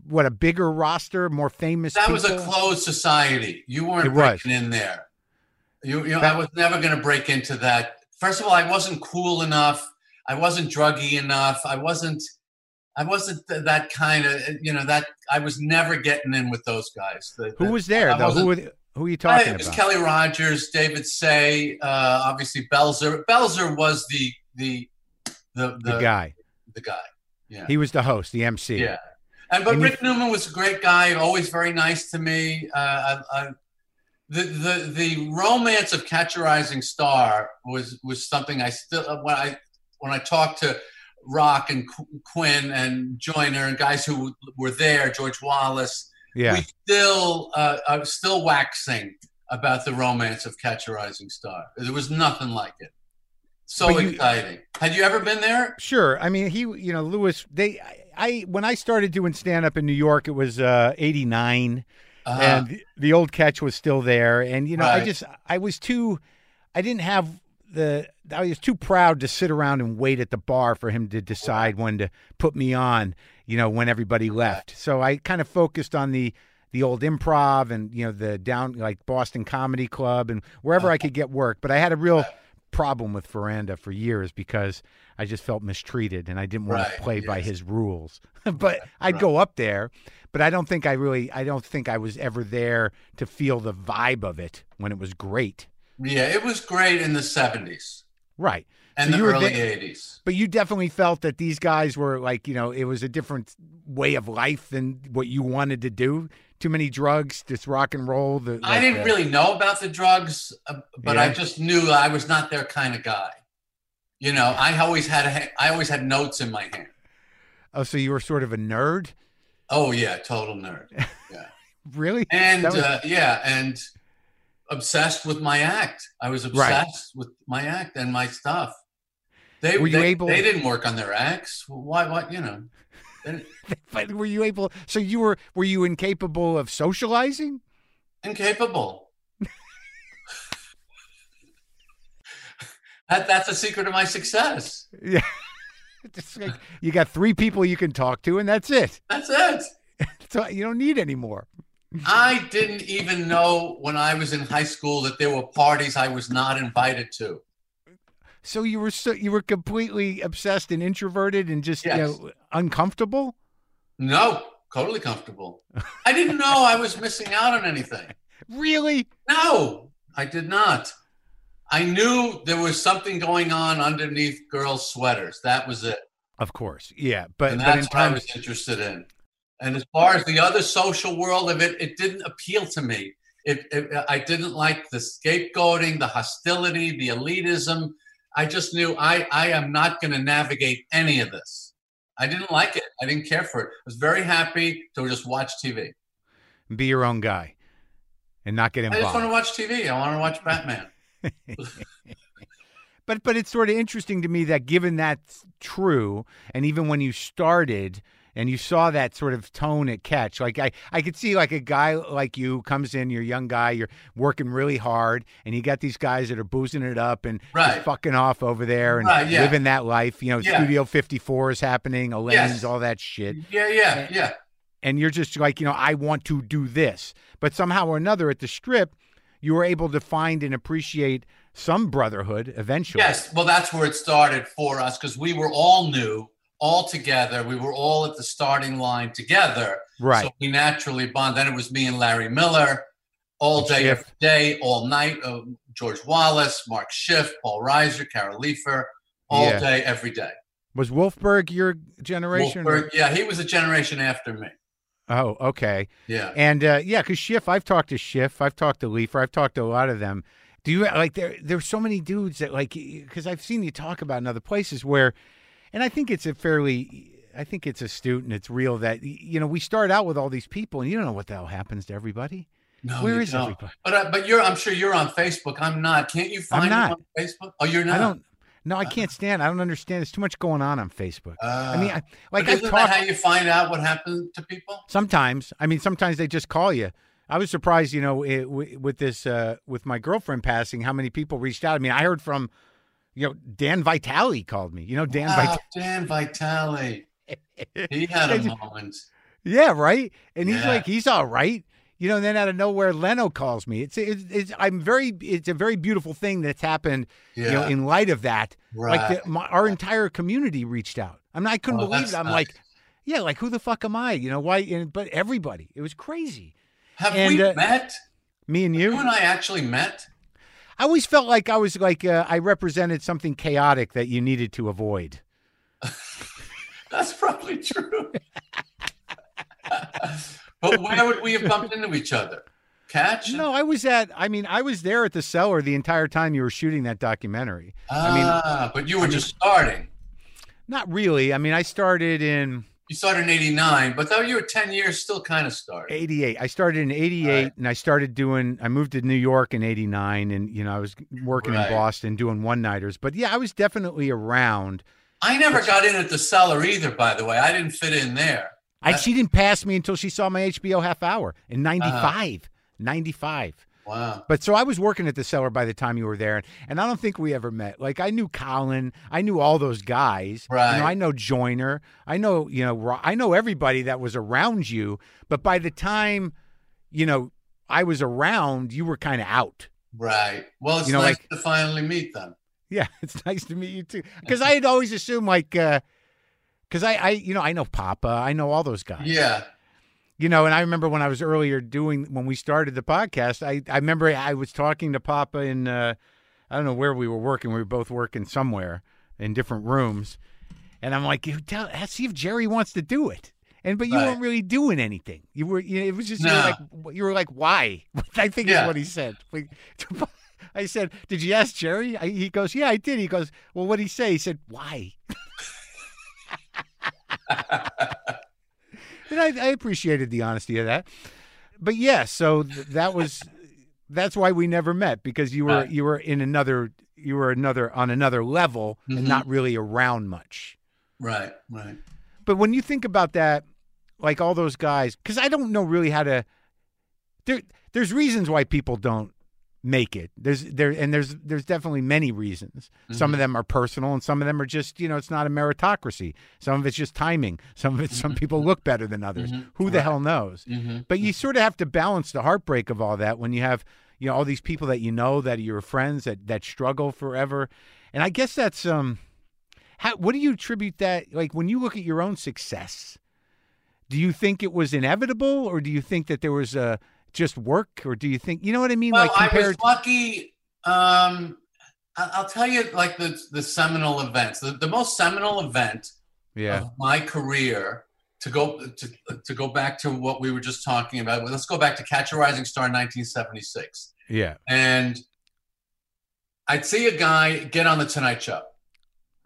S1: what a bigger roster, more famous.
S3: That was a
S1: people?
S3: closed society. You weren't
S1: It was.
S3: breaking in there. You, you know, I was never going to break into that. First of all, I wasn't cool enough. I wasn't druggy enough. I wasn't. I wasn't th- that kind of. You know that I was never getting in with those guys. The-
S1: Who
S3: the-
S1: was there
S3: I
S1: though? Who
S3: wasn't-
S1: were, who are you talking
S3: Uh, it was
S1: about?
S3: Kelly Rogers, David Say, uh, obviously Belzer. Belzer was the the the the,
S1: the guy.
S3: the guy. Yeah.
S1: He was the host, the MC.
S3: Yeah. And but
S1: And you-
S3: Rick Newman was a great guy, always very nice to me. Uh, I, I, the the the romance of Catch a Rising Star was was something I still uh, when I when I talked to Rock and Qu- Quinn and Joyner and guys who were there, George Wallace.
S1: Yeah.
S3: We still uh, are still waxing about the romance of Catch a Rising Star. There was nothing like it. So
S1: But you-
S3: exciting. Had you ever been there?
S1: Sure. I mean, he, you know, Lewis, they, I, I when I started doing stand up in New York, it was uh, 89
S3: Uh,
S1: and the, the old catch was still there. And, you know, I
S3: Right.
S1: just, I was too, I didn't have the, I was too proud to sit around and wait at the bar for him to decide when to put me on, you know, when everybody left. So I kind of focused on the, the old improv and, you know, the down like Boston Comedy Club and wherever I could get work. But I had a real problem with Veranda for years because I just felt mistreated and I didn't want
S3: Right,
S1: to play by
S3: yes.
S1: his rules. but I'd
S3: right.
S1: go up there, but I don't think I really I don't think I was ever there to feel the vibe of it when it was great.
S3: yeah, it was great in the seventies.
S1: Right.
S3: and
S1: So
S3: the
S1: you were
S3: early
S1: there-
S3: '80s.
S1: But you definitely felt that these guys were like, you know, it was a different way of life than what you wanted to do. Too many drugs, just rock and roll. The,
S3: I
S1: like uh,
S3: didn't
S1: the-
S3: really know about the drugs, uh, but
S1: Yeah.
S3: I just knew I was not their kind of guy. You know, I always had a ha- I always had notes in my hand.
S1: Oh, so you were sort of a nerd,
S3: Oh yeah, total nerd. Yeah,
S1: really?
S3: and
S1: That was-
S3: uh, yeah, and obsessed with my act. I was
S1: Right.
S3: obsessed with my act and my stuff. They
S1: Were you
S3: they,
S1: able-
S3: they didn't work on their acts. Why? What? You know,
S1: but
S3: uh,
S1: were you able? So you were were you incapable of socializing?
S3: incapable. that, that's the secret of my success.
S1: Yeah. It's like you got three people you can talk to, and that's it.
S3: That's it.
S1: So you don't need any more.
S3: I didn't even know when I was in high school that there were parties I was not invited to.
S1: So you were so you were completely obsessed and introverted and just you
S3: Yes.
S1: know, uncomfortable.
S3: No, totally comfortable. I didn't know I was missing out on anything.
S1: Really?
S3: No, I did not. I knew there was something going on underneath girls' sweaters. That was it.
S1: Of course. Yeah, but,
S3: And
S1: but in
S3: that's what I
S1: terms
S3: was interested in. And as far as the other social world of it, it didn't appeal to me. It, it, I didn't like the scapegoating, the hostility, the elitism. I just knew I, I am not going to navigate any of this. I didn't like it. I didn't care for it. I was very happy to just watch TV.
S1: be your own guy and not get
S3: I just want to
S1: involved.
S3: watch TV. I want to watch Batman.
S1: But but it's sort of interesting to me that given that's true, and even when you started and you saw that sort of tone at catch, like I, I could see like a guy like you comes in, you're a young guy, you're working really hard, and you got these guys that are boozing it up and just
S3: Right.
S1: fucking off over there and
S3: Right, yeah.
S1: living that life. You know,
S3: Yeah.
S1: Studio 54 is happening, Elaine's,
S3: Yes.
S1: all that shit
S3: Yeah, yeah, yeah.
S1: and you're just like, you know, I want to do this. But somehow or another at the strip, you were able to find and appreciate some brotherhood eventually.
S3: Yes, well, that's where it started for us because we were all new, all together. We were all at the starting line together.
S1: Right.
S3: So we naturally bond. Then it was me and Larry Miller all
S1: And
S3: day,
S1: Schiff.
S3: every day, all night. Uh, George Wallace, Mark Schiff, Paul Reiser, Carol Leifer, all
S1: Yeah.
S3: day, every day.
S1: was Wolfberg your generation?
S3: Wolfberg, yeah, he was a generation after me.
S1: Oh, okay.
S3: Yeah.
S1: And uh, yeah, because Schiff, I've talked to Schiff, I've talked to Leifer, I've talked to a lot of them. Do you like there? There's so many dudes that like because I've seen you talk about in other places where, and I think it's a fairly, I think it's astute and it's real that you know we start out with all these people and you don't know what the hell happens to everybody.
S3: No,
S1: Where
S3: you
S1: is
S3: don't.
S1: everybody?
S3: But uh, but you're I'm sure you're on Facebook. I'm not. Can't you find me
S1: not.
S3: on Facebook? Oh, you're not.
S1: I don't. No, I can't stand. I don't understand. There's too much going on on Facebook.
S3: Uh,
S1: I mean, I, like
S3: but
S1: I've
S3: isn't
S1: talked
S3: that how you find out what happened to people?
S1: sometimes. I mean, sometimes they just call you. I was surprised, you know, it, w- with this uh, with my girlfriend passing, how many people reached out. I mean, I heard from, You know, Dan Vitale called me. You know, Dan
S3: Wow,
S1: Vitale.
S3: Ah, Dan Vitale. He had a moment.
S1: Yeah, right. And he's
S3: Yeah.
S1: like, he's all right. You know, and then out of nowhere, Leno calls me. It's, it's, it's I'm very, it's a very beautiful thing that's happened.
S3: Yeah.
S1: You know, in light of that,
S3: right.
S1: like the, my, our entire community reached out. I mean, I couldn't
S3: Oh,
S1: believe
S3: that's
S1: it. I'm
S3: nice.
S1: like, yeah, like who the fuck am I? You know why? And, but everybody, it was crazy.
S3: Have
S1: and,
S3: we
S1: uh,
S3: met?
S1: Me and
S3: You and I actually met.
S1: I always felt like I was like uh, I represented something chaotic that you needed to avoid.
S3: That's probably true. but where would we have bumped into each other? Catch?
S1: No, I was at. I mean, I was there at the cellar the entire time you were shooting that documentary. I mean-
S3: Ah, but you were just starting.
S1: Not really. I mean, I started in
S3: You started in '89, but though you were 10 years, still kind of starting.
S1: '88. I started in '88,
S3: Right.
S1: and I started doing. I moved to New York in '89, and you know, I was working
S3: Right.
S1: in Boston doing one nighters. But yeah, I was definitely around.
S3: I never got in at the cellar either, by the way. I didn't fit in there.
S1: I,
S3: That-
S1: she didn't pass me until she saw my HBO half hour in '95. '95.
S3: Wow.
S1: But so I was working at the cellar by the time you were there, and I don't think we ever met. Like I knew Colin, I knew all those guys. You
S3: Right.
S1: know, I know Joyner, I know you know, Ro- I know everybody that was around you. But by the time, you know, I was around, you were kind of out.
S3: Right. Well, it's
S1: You know,
S3: nice
S1: like-
S3: to finally meet them.
S1: Yeah, it's nice to meet you too. Because I had always assumed like, because I, I, you know, I know Papa, I know all those guys.
S3: Yeah.
S1: You know, and I remember when I was earlier doing when we started the podcast, I, I remember I was talking to Papa in uh, I don't know where we were working. We were both working somewhere in different rooms, and I'm like, you tell, see if Jerry wants to do it. And but you
S3: Right.
S1: weren't really doing anything. You were, you know, it was just you were
S3: No.
S1: like you were like, why? I think is
S3: Yeah.
S1: what he said. Like, I said, did you ask Jerry? I, he goes, yeah, I did. He goes, well, what did he say? He said, why? and I, I appreciated the honesty of that. But yeah, so th- that was that's why we never met because you were
S3: Right.
S1: you were in another you were another on another level and
S3: Mhm.
S1: not really around much.
S3: Right. Right.
S1: But when you think about that, like all those guys, because I don't know really how to. There, there's reasons why people don't make it. There's there and there's there's definitely many reasons. Some of them are personal, and some of them are just you know it's not a meritocracy. Some of it's just timing. Some of it's some people look better than others.
S3: Mhm.
S1: Who the
S3: Right.
S1: hell knows?
S3: hmm
S1: But you sort of have to balance the heartbreak of all that when you have, you know, all these people that you know that are your friends that that struggle forever. And I guess that's um how what do you attribute that like when you look at your own success? Do you think it was inevitable or do you think that there was a just work or do you think you know what I mean
S3: Well,
S1: like
S3: I was lucky. Um, I- I'll tell you, like the the seminal events, the, the most seminal event
S1: Yeah.
S3: of my career. To go to, to go back to what we were just talking about. Well, let's go back to Catch a Rising Star, 1976,
S1: Yeah.
S3: and I'd see a guy get on the Tonight Show,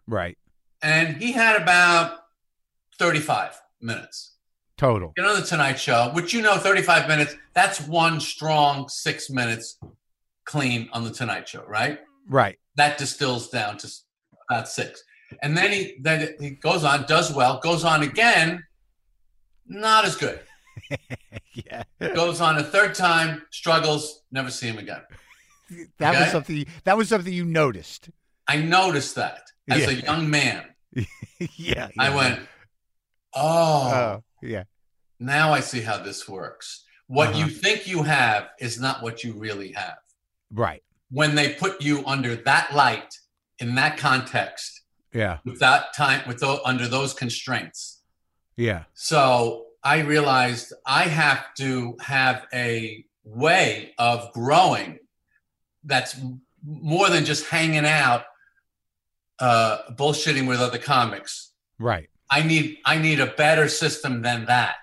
S1: Right.
S3: and he had about 35 minutes.
S1: Total.
S3: Get on the Tonight Show, which you know, 35 minutes. That's one strong six minutes clean on the Tonight Show, right?
S1: Right.
S3: that distills down to s- about six. And then he then he goes on, does well, goes on again, not as good.
S1: Yeah.
S3: Goes on a third time, struggles, never see him again.
S1: That was
S3: Okay.
S1: something that was something you noticed.
S3: I noticed that as a
S1: Yeah.
S3: young man.
S1: yeah,
S3: I
S1: yeah.
S3: went, oh,
S1: Oh, yeah.
S3: now I see how this works. What
S1: Uh-huh.
S3: you think you have is not what you really have.
S1: Right.
S3: When they put you under that light, in that context,
S1: Yeah.
S3: with that time, with those, under those constraints,
S1: Yeah.
S3: So I realized I have to have a way of growing that's m- more than just hanging out, uh, bullshitting with other comics.
S1: Right.
S3: I need I need a better system than that.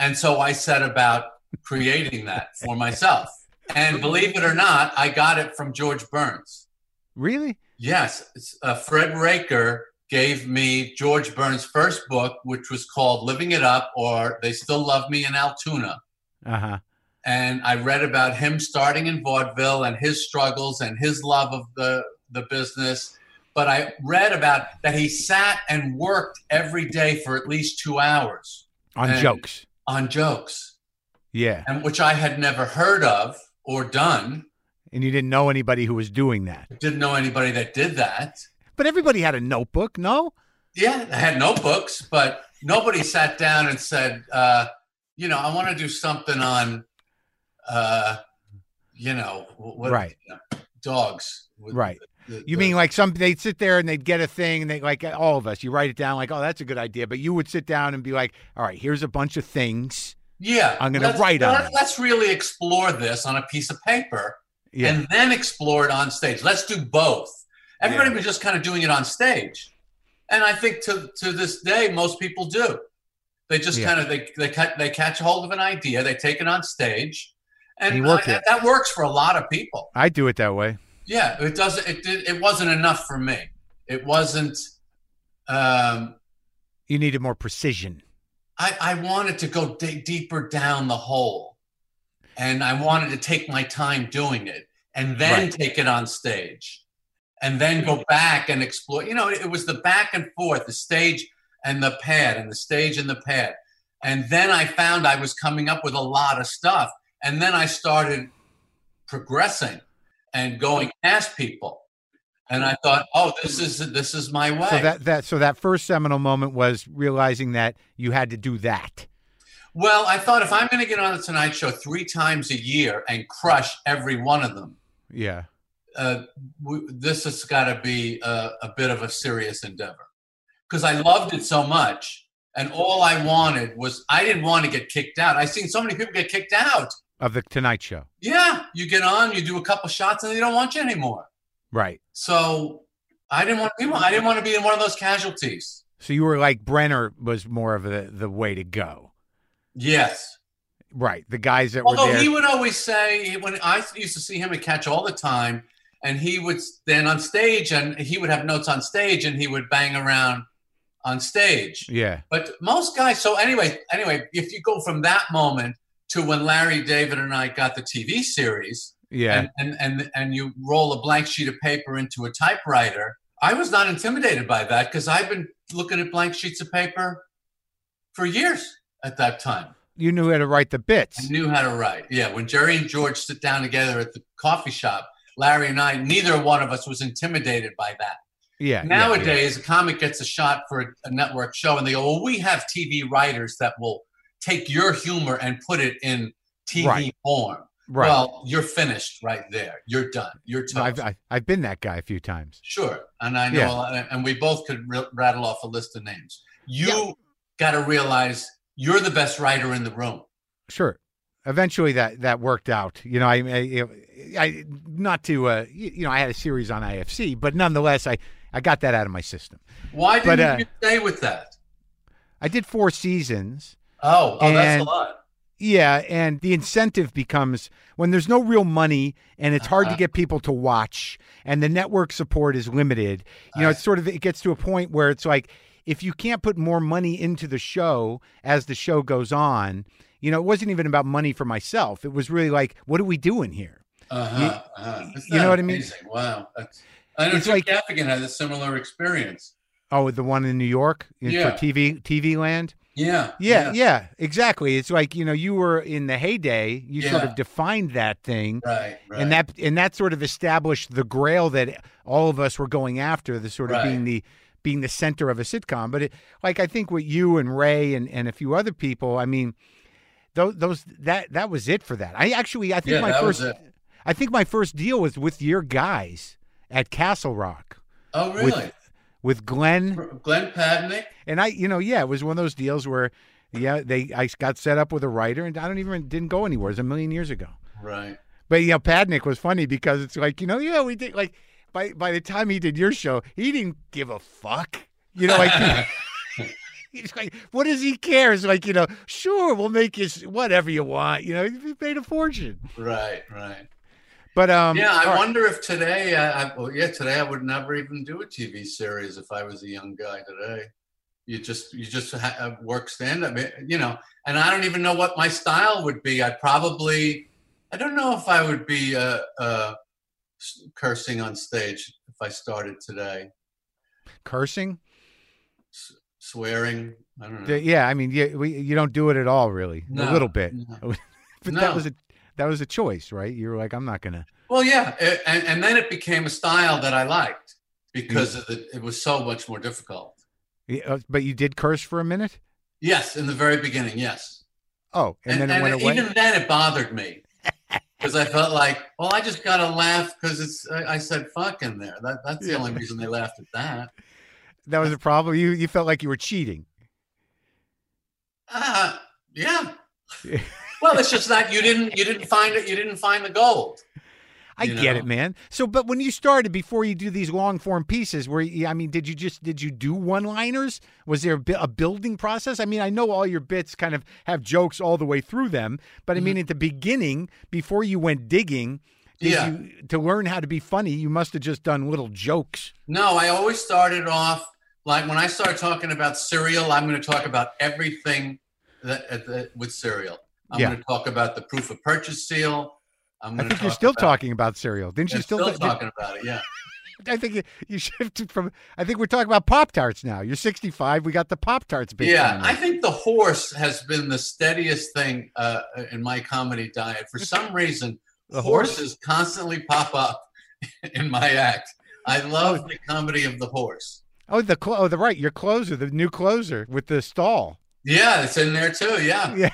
S3: And so I set about creating that for myself. And believe it or not, I got it from George Burns.
S1: Really?
S3: Yes, it's, uh, Fred Raker gave me George Burns' first book, which was called "Living It Up" or "They Still Love Me in Altoona,"
S1: Uh-huh.
S3: and I read about him starting in vaudeville and his struggles and his love of the the business. But I read about that he sat and worked every day for at least two hours
S1: On
S3: And-
S1: jokes.
S3: on jokes,
S1: Yeah.
S3: and which I had never heard of or done.
S1: and you didn't know anybody who was doing that.
S3: Didn't know anybody that did that.
S1: But everybody had a notebook, no?
S3: Yeah, I had notebooks, but nobody sat down and said, uh, you know, I want to do something on, uh, you know, what,
S1: Right.
S3: you know, dogs. with
S1: Right.
S3: the-
S1: You
S3: the-
S1: mean like some they'd sit there and they'd get a thing and they like all of us, you write it down like, "Oh, that's a good idea." But you would sit down and be like, "All right, here's a bunch of things."
S3: Yeah,
S1: I'm gonna
S3: let's-
S1: write on
S3: let-
S1: it.
S3: Let's really explore this on a piece of paper,
S1: Yeah.
S3: and then explore it on stage. Let's do both. Everybody was just kind of doing it on stage, and I think to to this day, most people do. They just
S1: Yeah.
S3: kind of they they cut they catch hold of an idea, they take it on stage, and,
S1: And you work
S3: I-
S1: it.
S3: that works for a lot of people.
S1: I do it that way.
S3: Yeah, it doesn't. It did. It wasn't enough for me. It wasn't. Um,
S1: You needed more precision.
S3: I, I wanted to go dig deeper down the hole and I wanted to take my time doing it and then
S1: Right.
S3: take it on stage and then go back and explore. You know, it, it was the back and forth, the stage and the pad and the stage and the pad. And then I found I was coming up with a lot of stuff. And then I started progressing and going past people. And I thought, oh, this is this is my way.
S1: So that that so that first seminal moment was realizing that you had to do that.
S3: Well, I thought if I'm going to get on the Tonight Show three times a year and crush every one of them,
S1: Yeah.
S3: uh, we, this has got to be a, a bit of a serious endeavor. Because I loved it so much, and all I wanted was I didn't want to get kicked out. I've seen so many people get kicked out.
S1: Of the Tonight Show.
S3: Yeah, you get on, you do a couple shots, and they don't want you anymore.
S1: Right.
S3: So I didn't want to be one. I didn't want to be in one of those casualties.
S1: So you were like Brenner was more of the the way to go.
S3: Yes.
S1: Right. The guys that were
S3: Although
S1: there.
S3: Oh, he would always say, when I used to see him at catch all the time, and he would then on stage, and he would have notes on stage, and he would bang around on stage.
S1: yeah.
S3: But most guys. So anyway, anyway, if you go from that moment to when Larry David and I got the TV series,
S1: Yeah.
S3: and, and and and you roll a blank sheet of paper into a typewriter, I was not intimidated by that because I've been looking at blank sheets of paper for years at that time.
S1: you knew how to write the
S3: I
S1: bits.
S3: knew how to write. Yeah, when Jerry and George sit down together at the coffee shop, Larry and I, neither one of us was intimidated by that.
S1: Yeah. yeah, yeah.
S3: Nowadays, a comic gets a shot for a, a network show, and they go, "Well, we have TV writers that will take your humor and put it in TV
S1: Right.
S3: form."
S1: Right.
S3: Well, you're finished right there. You're done. You're
S1: No,
S3: toast.
S1: I've, I- I've been that guy a few times.
S3: sure, and I know,
S1: Yeah.
S3: a lot, and we both could r- rattle off a list of names. You got to realize you're the best writer in the room.
S1: Sure. Eventually that, that worked out. You know, I, I, I not to, uh, you, you know, I had a series on IFC, but nonetheless, I, I got that out of my system.
S3: Why
S1: But,
S3: didn't
S1: uh,
S3: you stay with that?
S1: I did four seasons.
S3: Oh, oh, that's a
S1: And-
S3: lot.
S1: Yeah. And the incentive becomes when there's no real money and it's hard to
S3: Uh-huh.
S1: get people to watch and the network support is limited, you know,
S3: Uh.
S1: it's sort of, it gets to a point where it's like, if you can't put more money into the show as the show goes on, you know, it wasn't even about money for myself. It was really like, what are we doing here?
S3: Uh-huh, uh-huh. Isn't
S1: you know
S3: that
S1: what I mean?
S3: amazing? Wow. That's, I know
S1: It's
S3: Jim
S1: like-
S3: Gaffigan had a similar experience.
S1: Oh, the one in New York in-
S3: Yeah.
S1: for TV TV Land.
S3: Yeah.
S1: Yeah, yeah, exactly. It's like you know you were in the heyday. You sort
S3: Yeah.
S1: of defined that thing,
S3: Right, right.
S1: and that and that sort of established the grail that all of us were going after. The sort of
S3: Right.
S1: being the being the center of a sitcom. But it, like I think with you and Ray and and a few other people, I mean, those those that that was it for that. I actually I think
S3: Yeah,
S1: my
S3: that was
S1: first I think my first deal was with your guys at Castle Rock
S3: oh,
S1: with-
S3: really?
S1: with Glenn.
S3: Glenn Padnick?
S1: And I, you know, yeah, it was one of those deals where, yeah, they I got set up with a writer, and I don't even didn't go anywhere. It was a million years ago.
S3: Right.
S1: But you know, Padnick was funny because it's like you know, yeah, we did like by by the time he did your show, he didn't give a fuck. You know, like. He's like, what does he care? It's like, you know, sure, we'll make you s- whatever you want. You know, he made a fortune.
S3: Right, right.
S1: But um,
S3: yeah, I
S1: all right.
S3: wonder if today, I, I, well, yeah, today I would never even do a TV series if I was a young guy today. You just, you just ha- uh, work stand up, you know, and I don't even know what my style would be. I'd probably, I don't know if I would be uh, uh, s- cursing on stage if I started today,
S1: cursing.
S3: swearing. I don't know.
S1: Yeah, I mean, yeah, we you don't do it at all, really. A
S3: No,
S1: little bit.
S3: no.
S1: But
S3: No.
S1: that was a that was a choice, right? You were like, I'm not gonna.
S3: Well, yeah, it- and, and then it became a style that I liked because
S1: Mm.
S3: of the, it was so much more difficult.
S1: Yeah, uh, But you did curse for a minute.
S3: Yes, in the very beginning, yes.
S1: Oh, and, then it went away.
S3: even then, it bothered me because I felt like, well, I just got to laugh because it's. I, I said "fuck" in there. That, that's
S1: Yeah.
S3: the only reason they laughed at that.
S1: that was a problem. You you felt like you were cheating.
S3: Uh, yeah. well, it's just that you didn't. You didn't find it. You didn't find the gold.
S1: I
S3: You
S1: get
S3: know.
S1: it, man. So, but when you started, before you do these long form pieces, where you, I mean, did you just did you do one liners? Was there a, bu- a building process? I mean, I know all your bits kind of have jokes all the way through them, but I
S3: Mm-hmm.
S1: mean, at the beginning, before you went digging, did
S3: Yeah.
S1: you to learn how to be funny? You must have just done little jokes.
S3: No, I always started off like when I start talking about cereal, I'm going to talk about everything that, uh, that with cereal. I'm
S1: Yeah.
S3: going to talk about the proof of purchase seal. I'm
S1: I
S3: going
S1: think
S3: to
S1: you're
S3: talk
S1: still
S3: about,
S1: talking about cereal, didn't
S3: I'm
S1: you? Still,
S3: still
S1: ta-
S3: talking about it. Yeah.
S1: I think you- you shifted from. I think we're talking about Pop Tarts now. You're 65. We got the Pop Tarts.
S3: Yeah, I think the horse has been the steadiest thing uh, in my comedy diet. For some reason,
S1: The horse?
S3: horses constantly pop up in my act. I love the comedy of the horse.
S1: Oh, the clo- oh, the right, your closer, the new closer with the stall.
S3: Yeah, it's in there too. Yeah,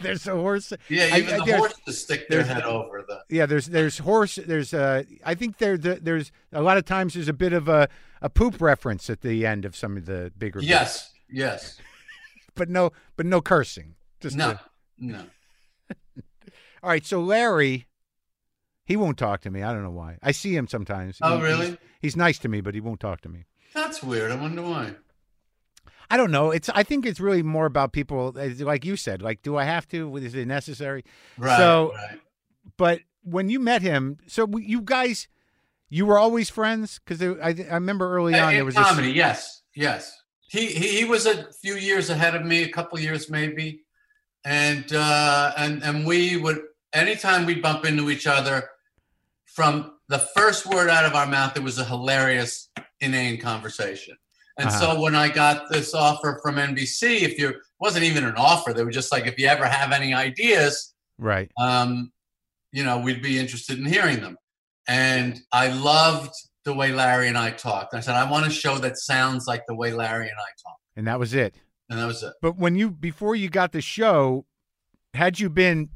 S1: There's a horse.
S3: yeah.
S1: I-
S3: Even
S1: I-
S3: the
S1: there's-
S3: horses stick their
S1: there's-
S3: head over the.
S1: Yeah, there's there's horse. There's uh, I think there there- there's a lot of times there's a bit of a a poop reference at the end of some of the bigger. bits.
S3: Yes, yes.
S1: but no, but no cursing. Just
S3: No,
S1: the-
S3: no.
S1: all right, so Larry, he won't talk to me. I don't know why. I see him sometimes.
S3: Oh,
S1: He-
S3: really?
S1: He's, he's nice to me, but he won't talk to me.
S3: That's weird. I wonder why.
S1: I don't know. It's I think it's really more about people, as- like you said, like do I have to? Is it necessary?
S3: Right.
S1: So-
S3: right.
S1: but when you met him, so we- you guys, you were always friends because I, I remember early on
S3: In
S1: there was
S3: comedy, yes, yes. He, he he was a few years ahead of me, a couple years maybe, and uh, and and we would anytime we would bump into each other, from the first word out of our mouth, it was a hilarious, inane conversation. And
S1: Uh-huh.
S3: so when I got this offer from NBC, if you wasn't even an offer, they were just like, if you ever have any ideas,
S1: this right.
S3: um, you know, we'd be interested in hearing them. And I loved the way Larry and I talked. I said, I want a show that sounds like the way Larry and I talk.
S1: and that was it.
S3: And that was it.
S1: But when you before you got the show, had you been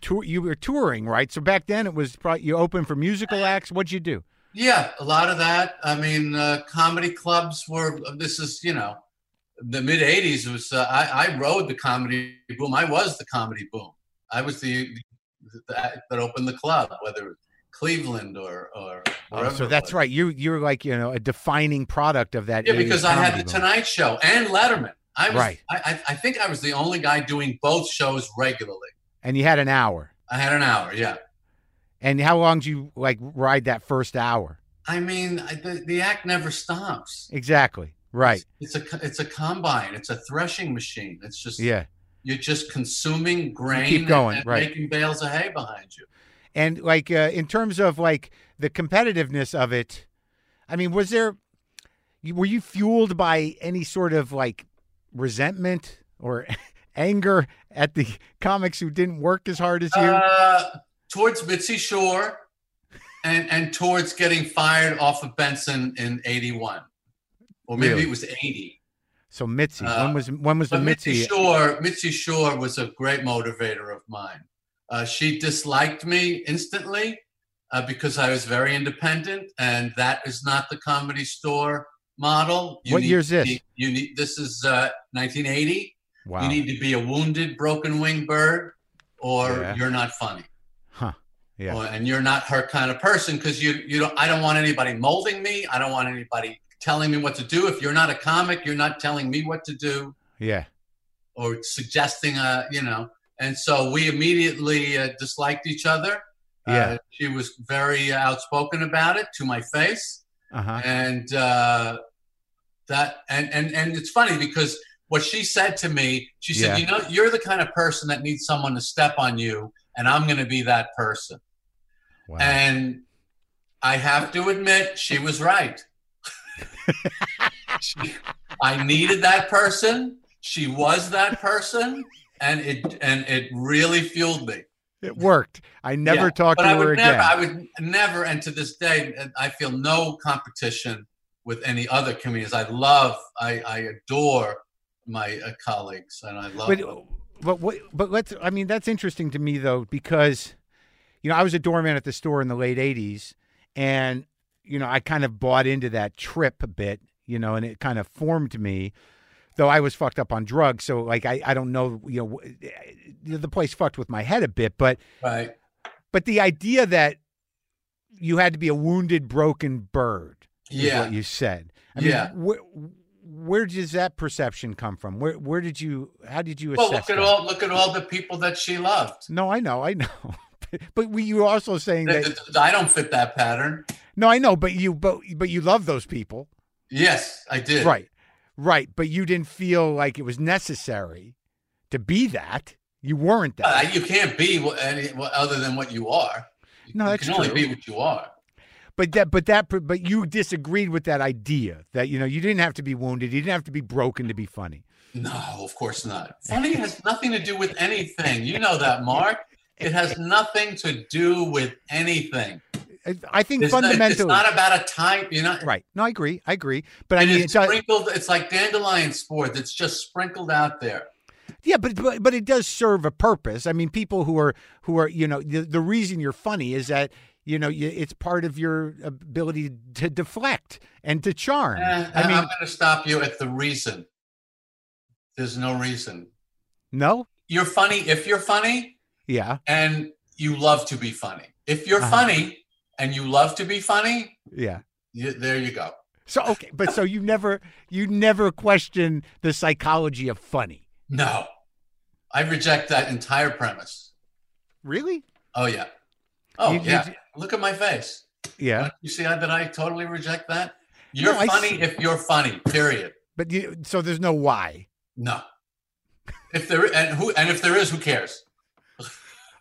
S1: tour, you were touring right? So back then it was probably you opened for musical
S3: Uh,
S1: acts. What'd you do?
S3: Yeah, a lot of that. I mean, uh, comedy clubs were, this is, you know, the mid 80s was, uh, I, I rode the comedy boom. I was the comedy boom. I was the, the act that opened the club, whether Cleveland or, or wherever
S1: Oh, so
S3: it
S1: that's
S3: was.
S1: right. You you're like you know a defining product of that.
S3: Yeah,
S1: 80s
S3: because I had
S1: comedy
S3: the
S1: boom.
S3: Tonight Show and Letterman. I was,
S1: Right.
S3: I, I, I think I was the only guy doing both shows regularly.
S1: and you had an hour.
S3: I had an hour. Yeah.
S1: And how long did you like ride that first hour?
S3: I mean, I, the, the act never stops.
S1: Exactly. Right.
S3: It's a co- it's a combine. It's a threshing machine. It's just
S1: Yeah.
S3: You're just consuming grain.
S1: keep going,
S3: and
S1: right.
S3: Making bales of hay behind you.
S1: and like uh, in terms of like the competitiveness of it i mean was there you- were you fueled by any sort of like resentment or anger at the comics who didn't work as hard as you
S3: Uh, towards Mitzi Shore, and and towards getting fired off of Benson in '81, or maybe
S1: Really?
S3: it was '80.
S1: so mitzi
S3: uh,
S1: when was when was the
S3: But Mitzi,
S1: mitzi
S3: Shore, Mitzi Shore was a great motivator of mine. Uh, she disliked me instantly uh, because I was very independent, and that is not the comedy store model.
S1: What
S3: need
S1: year's
S3: to
S1: this?
S3: be- you need this is uh, 1980.
S1: wow
S3: You need to be a wounded, broken wing bird, or
S1: Yeah.
S3: you're not funny.
S1: huh Yeah.
S3: Or- and you're not her kind of person because you you don't. I don't want anybody molding me. I don't want anybody telling me what to do. If you're not a comic, you're not telling me what to do
S1: yeah
S3: or suggesting a you know and so we immediately uh, disliked each other
S1: Yeah.
S3: uh, she was very outspoken about it to my face
S1: uh-huh
S3: and uh, that and, and and it's funny because what she said to me she said
S1: Yeah.
S3: you know you're the kind of person that needs someone to step on you and i'm going to be that person
S1: wow
S3: and I have to admit, she was right. She- I needed that person. She was that person, and it and it really fueled me.
S1: It worked. I never
S3: Yeah,
S1: talked
S3: But
S1: to
S3: I
S1: her
S3: would
S1: again.
S3: never, I would never, and to this day, I feel no competition with any other comedians. I love, I, I adore my uh, colleagues, and I love.
S1: but
S3: them.
S1: but what but let's I mean that's interesting to me though because you know I was a doorman at the store in the late 80s and you know I kind of bought into that trip a bit you know and it kind of formed me though I was fucked up on drugs so like I I don't know you know w- the place fucked with my head a bit but
S3: right.
S1: but the idea that you had to be a wounded broken bird is
S3: Yeah.
S1: what you said. I
S3: Yeah.
S1: Mean, wh- where does that perception come from? Where where did you how did you
S3: Well,
S1: assess
S3: look at
S1: that?
S3: all look at all the people that she loved.
S1: No, I know, I know. but were you also saying that?
S3: I don't fit that pattern.
S1: No, I know, but you but but you love those people,
S3: Yes, I did.
S1: right? Right, but you didn't feel like it was necessary to be that. You weren't
S3: Uh,
S1: that.
S3: you can't be wha- any wha- other than what you are.
S1: No, that's
S3: you can
S1: true.
S3: only be what you are.
S1: But that, but that, but you disagreed with that idea that you know you didn't have to be wounded, you didn't have to be broken to be funny.
S3: No, of course not. Funny has nothing to do with anything. You know that, Mark. It has nothing to do with anything.
S1: I- I think
S3: It's not,
S1: fundamentally,
S3: it's not about a type. You know,
S1: right? No, I agree, I agree. But I
S3: it
S1: mean,
S3: is
S1: it does,
S3: sprinkled. It's like dandelion spores. It's just sprinkled out there.
S1: Yeah, but, but but it does serve a purpose. I mean, people who are who are you know the, the reason you're funny is that you know you, it's part of your ability to deflect and to charm.
S3: Eh,
S1: I
S3: I
S1: mean,
S3: am going to stop you at the reason. There's no reason.
S1: no,
S3: You're funny if you're funny
S1: yeah,
S3: and you love to be funny. If you're
S1: Uh-huh.
S3: funny and you love to be funny,
S1: yeah.
S3: you, there you go.
S1: So okay, but so you never you never question the psychology of funny,
S3: No, I reject that entire premise.
S1: really?
S3: Oh yeah. Oh
S1: You- you
S3: yeah. Uh,
S1: j-
S3: Look at my face.
S1: Yeah,
S3: Don't you see how that I totally reject that? You're
S1: No, I see.
S3: funny if you're funny. Period.
S1: but you, so there's no why.
S3: No. If there and who and if there is, who cares?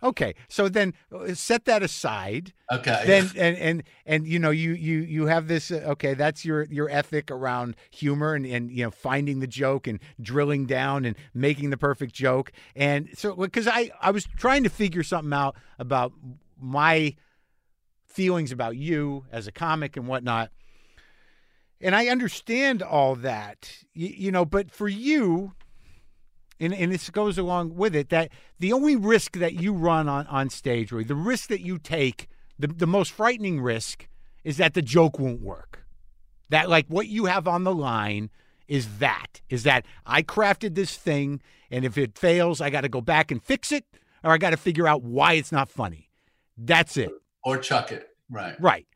S1: Okay, so then uh, set that aside.
S3: Okay.
S1: then and and and you know you you you have this uh, okay that's your your ethic around humor and and you know finding the joke and drilling down and making the perfect joke and so because i i was trying to figure something out about my feelings about you as a comic and whatnot and i understand all that you, you know but for you and, and this goes along with it that the only risk that you run on, on stage, Roy, the risk that you take, the, the most frightening risk is that the joke won't work. That, like, what you have on the line is that, is that I crafted this thing, and if it fails, I got to go back and fix it, or I got to figure out why it's not funny. That's it.
S3: or chuck it. Right.
S1: Right.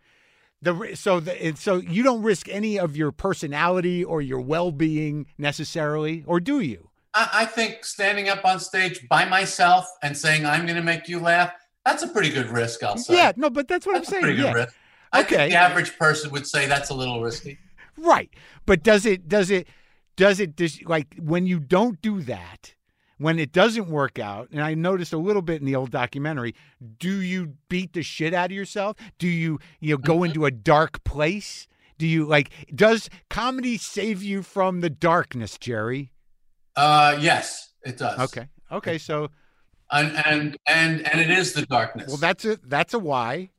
S1: The ri- so the, and so you don't risk any of your personality or your well-being necessarily, or do you?
S3: I, I think standing up on stage by myself and saying I'm going to make you laugh. That's a pretty good risk, I'll say.
S1: Yeah, no, but that's what
S3: that's
S1: I'm
S3: a
S1: saying.
S3: pretty good
S1: yeah.
S3: risk. I
S1: Okay.
S3: think the average person would say that's a little risky.
S1: Right. But does it does it does it dis- like when you don't do that, when it doesn't work out, and I noticed a little bit in the old documentary, do you beat the shit out of yourself? Do you you know go into a dark place? Do you like does comedy save you from the darkness, Jerry?
S3: Uh, yes, it does.
S1: Okay. Okay, so
S3: and and and and it is the darkness.
S1: well that's a that's a why.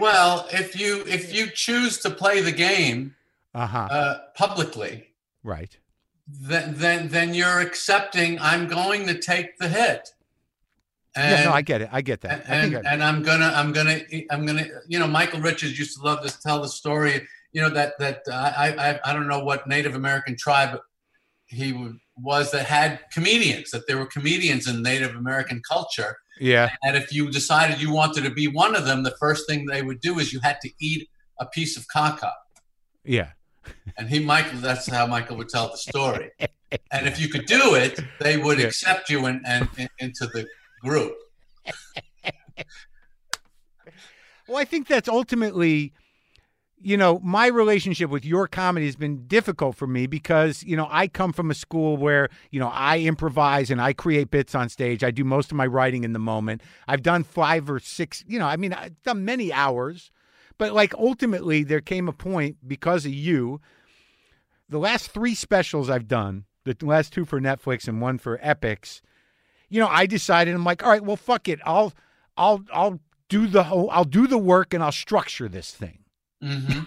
S3: Well, if you if you choose to play the game
S1: Uh-huh.
S3: uh, publicly,
S1: right.
S3: then then then you're accepting I'm going to take the hit. And,
S1: yeah, no, I get it. I get that. I
S3: and,
S1: think I,
S3: and I'm gonna I'm gonna I'm gonna you know Michael Richards used to love to tell the story. You know that that uh, I I I don't know what Native American tribe he w- was that had comedians that there were comedians in Native American culture
S1: yeah.
S3: and if you decided you wanted to be one of them, the first thing they would do is you had to eat a piece of caca.
S1: Yeah.
S3: And he, Michael, that's how Michael would tell the story. And if you could do it, they would
S1: Yeah.
S3: accept you and and in, into the group.
S1: Well, I think that's ultimately, you know, my relationship with your comedy has been difficult for me because, you know, I come from a school where, you know, I improvise and I create bits on stage. I do most of my writing in the moment. I've done five or six, you know, I mean, I've done many hours. But like ultimately, there came a point because of you. The last three specials I've done, the last two for Netflix and one for Epics, you know, I decided I'm like, all right, well, fuck it. I'll I'll I'll do the whole I'll do the work and I'll structure this thing.
S3: hmm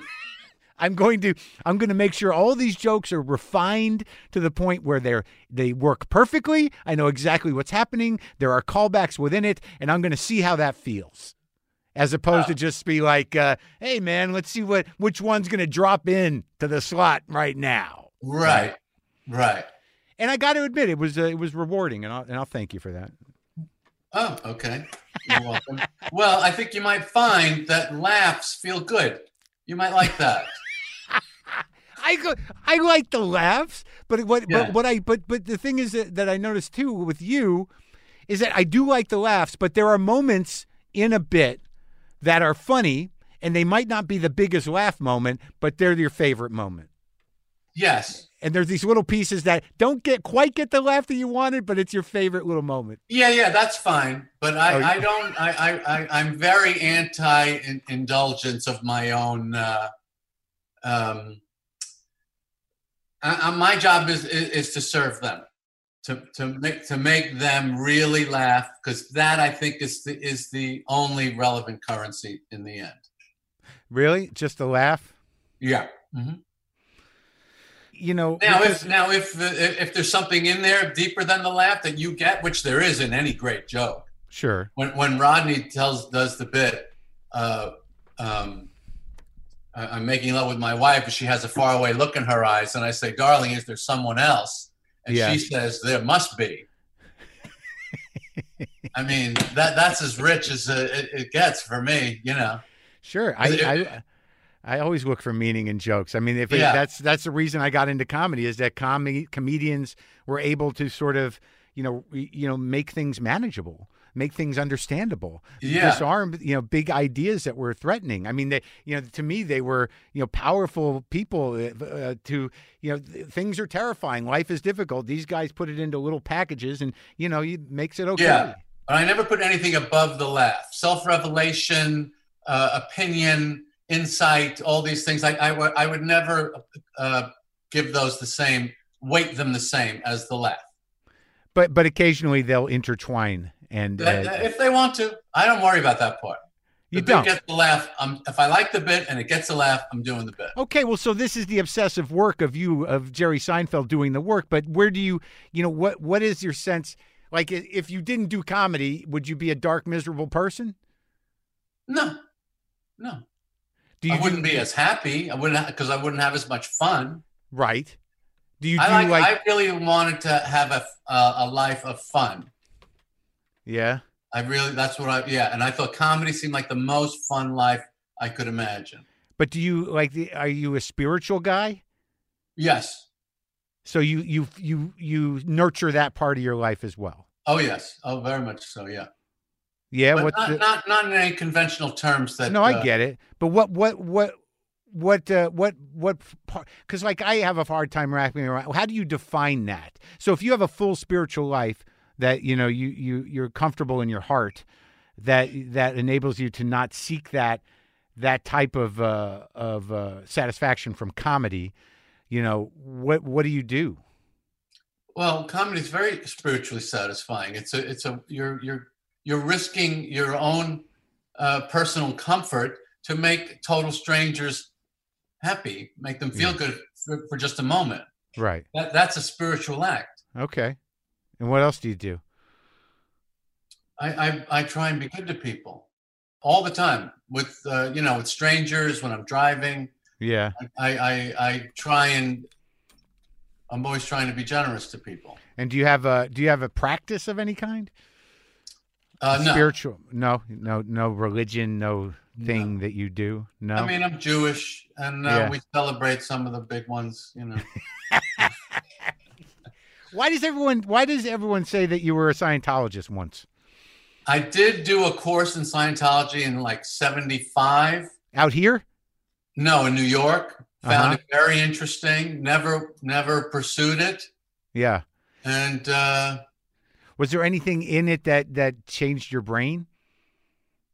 S1: I'm going to I'm going to make sure all these jokes are refined to the point where they're they work perfectly. I know exactly what's happening. There are callbacks within it, and I'm going to see how that feels, as opposed to just be like, uh, "Hey, man, let's see what which one's going to drop in to the slot right now."
S3: Right. Right.
S1: And I got to admit, it was uh, it was rewarding, and I'll, and I'll thank you for that.
S3: Oh, okay. You're welcome. well, I think you might find that laughs feel good. You might like that.
S1: I go, I like the laughs, but what
S3: Yeah.
S1: but what I but but the thing is that, that I noticed too with you is that I do like the laughs, but there are moments in a bit that are funny and they might not be the biggest laugh moment, but they're your favorite moment.
S3: Yes.
S1: And there's these little pieces that don't get quite get the laugh that you wanted, but it's your favorite little moment.
S3: Yeah, yeah, that's fine. But I,
S1: Oh, yeah.
S3: I don't. I, I, I, I'm very anti-indulgence of my own. Uh, um, I, I, my job is, is is to serve them, to to make to make them really laugh, because that I think is the is the only relevant currency in the end.
S1: Really? Just the laugh?
S3: Yeah.
S1: You know,
S3: Now,
S1: because-
S3: if now if the, if there's something in there deeper than the laugh that you get, which there is in any great joke.
S1: sure.
S3: when when Rodney tells does the bit, uh, um, I- I'm making love with my wife, and she has a faraway look in her eyes, and I say, "Darling, is there someone else?" And
S1: Yeah.
S3: she says, "There must be." I mean, that that's as rich as uh, it, it gets for me, you know.
S1: Sure,
S3: Is it-
S1: I, I I always look for meaning in jokes. I mean, if it-
S3: Yeah.
S1: that's that's the reason I got into comedy is that comedy comedians were able to sort of you know re- you know make things manageable, make things understandable,
S3: Yeah.
S1: disarm you know big ideas that were threatening. I mean, they you know to me they were you know powerful people uh, uh, to you know th- things are terrifying, life is difficult. These guys put it into little packages, and you know it makes it okay.
S3: Yeah. But I never put anything above the laugh. Self revelation, uh, opinion, insight, all these things. I, I, would, I would never uh, give those the same, weight them the same as the laugh.
S1: But but occasionally they'll intertwine and
S3: That-
S1: uh,
S3: if they want to, I don't worry about that part.
S1: you
S3: if it
S1: don't.
S3: gets the laugh, I'm, if I like the bit and it gets a laugh, I'm doing the bit.
S1: Okay, well, so this is the obsessive work of you of Jerry Seinfeld doing the work, but where do you, you know, what what is your sense? Like, i- if you didn't do comedy, would you be a dark, miserable person?
S3: No, no.
S1: Do you
S3: I wouldn't
S1: do,
S3: be as happy. I wouldn't, because I wouldn't have as much fun.
S1: right? Do you do
S3: I
S1: like,
S3: like, I really wanted to have a, uh, a life of fun.
S1: yeah?
S3: I really, that's what I, yeah. And I thought comedy seemed like the most fun life I could imagine.
S1: But do you like? The, are you a spiritual guy?
S3: Yes.
S1: So you you you you nurture that part of your life as well.
S3: Oh, yes. Oh, very much so. Yeah.
S1: Yeah.
S3: But
S1: what's
S3: not,
S1: the,
S3: not, not in any conventional terms that,
S1: no, I
S3: uh,
S1: get it. But what, what, what, what, uh, what, what part? Because like I have a hard time wrapping around. How do you define that? So if you have a full spiritual life that you know you you you're comfortable in your heart, that that enables you to not seek that that type of uh, of uh, satisfaction from comedy. You know what what do you do?
S3: Well, comedy is very spiritually satisfying. It's a, it's a, you're, you're, you're risking your own uh, personal comfort to make total strangers happy, make them feel
S1: Yeah.
S3: good for, for just a moment.
S1: Right.
S3: That, that's a spiritual act.
S1: Okay. And what else do you do?
S3: I, I, I try and be good to people all the time with uh, you know with strangers when I'm driving.
S1: Yeah.
S3: I, I I try and I'm always trying to be generous to people.
S1: And do you have a do you have a practice of any kind?
S3: Uh, no,
S1: spiritual no no no religion no thing that you do no
S3: I mean I'm Jewish and uh,
S1: Yeah.
S3: we celebrate some of the big ones. You know,
S1: why does everyone why does everyone say that you were a scientologist once
S3: I did do a course in Scientology in like '75.
S1: out here
S3: No, in New York. Found
S1: Uh-huh.
S3: it very interesting. Never never pursued it.
S1: yeah
S3: And uh,
S1: was there anything in it that that changed your brain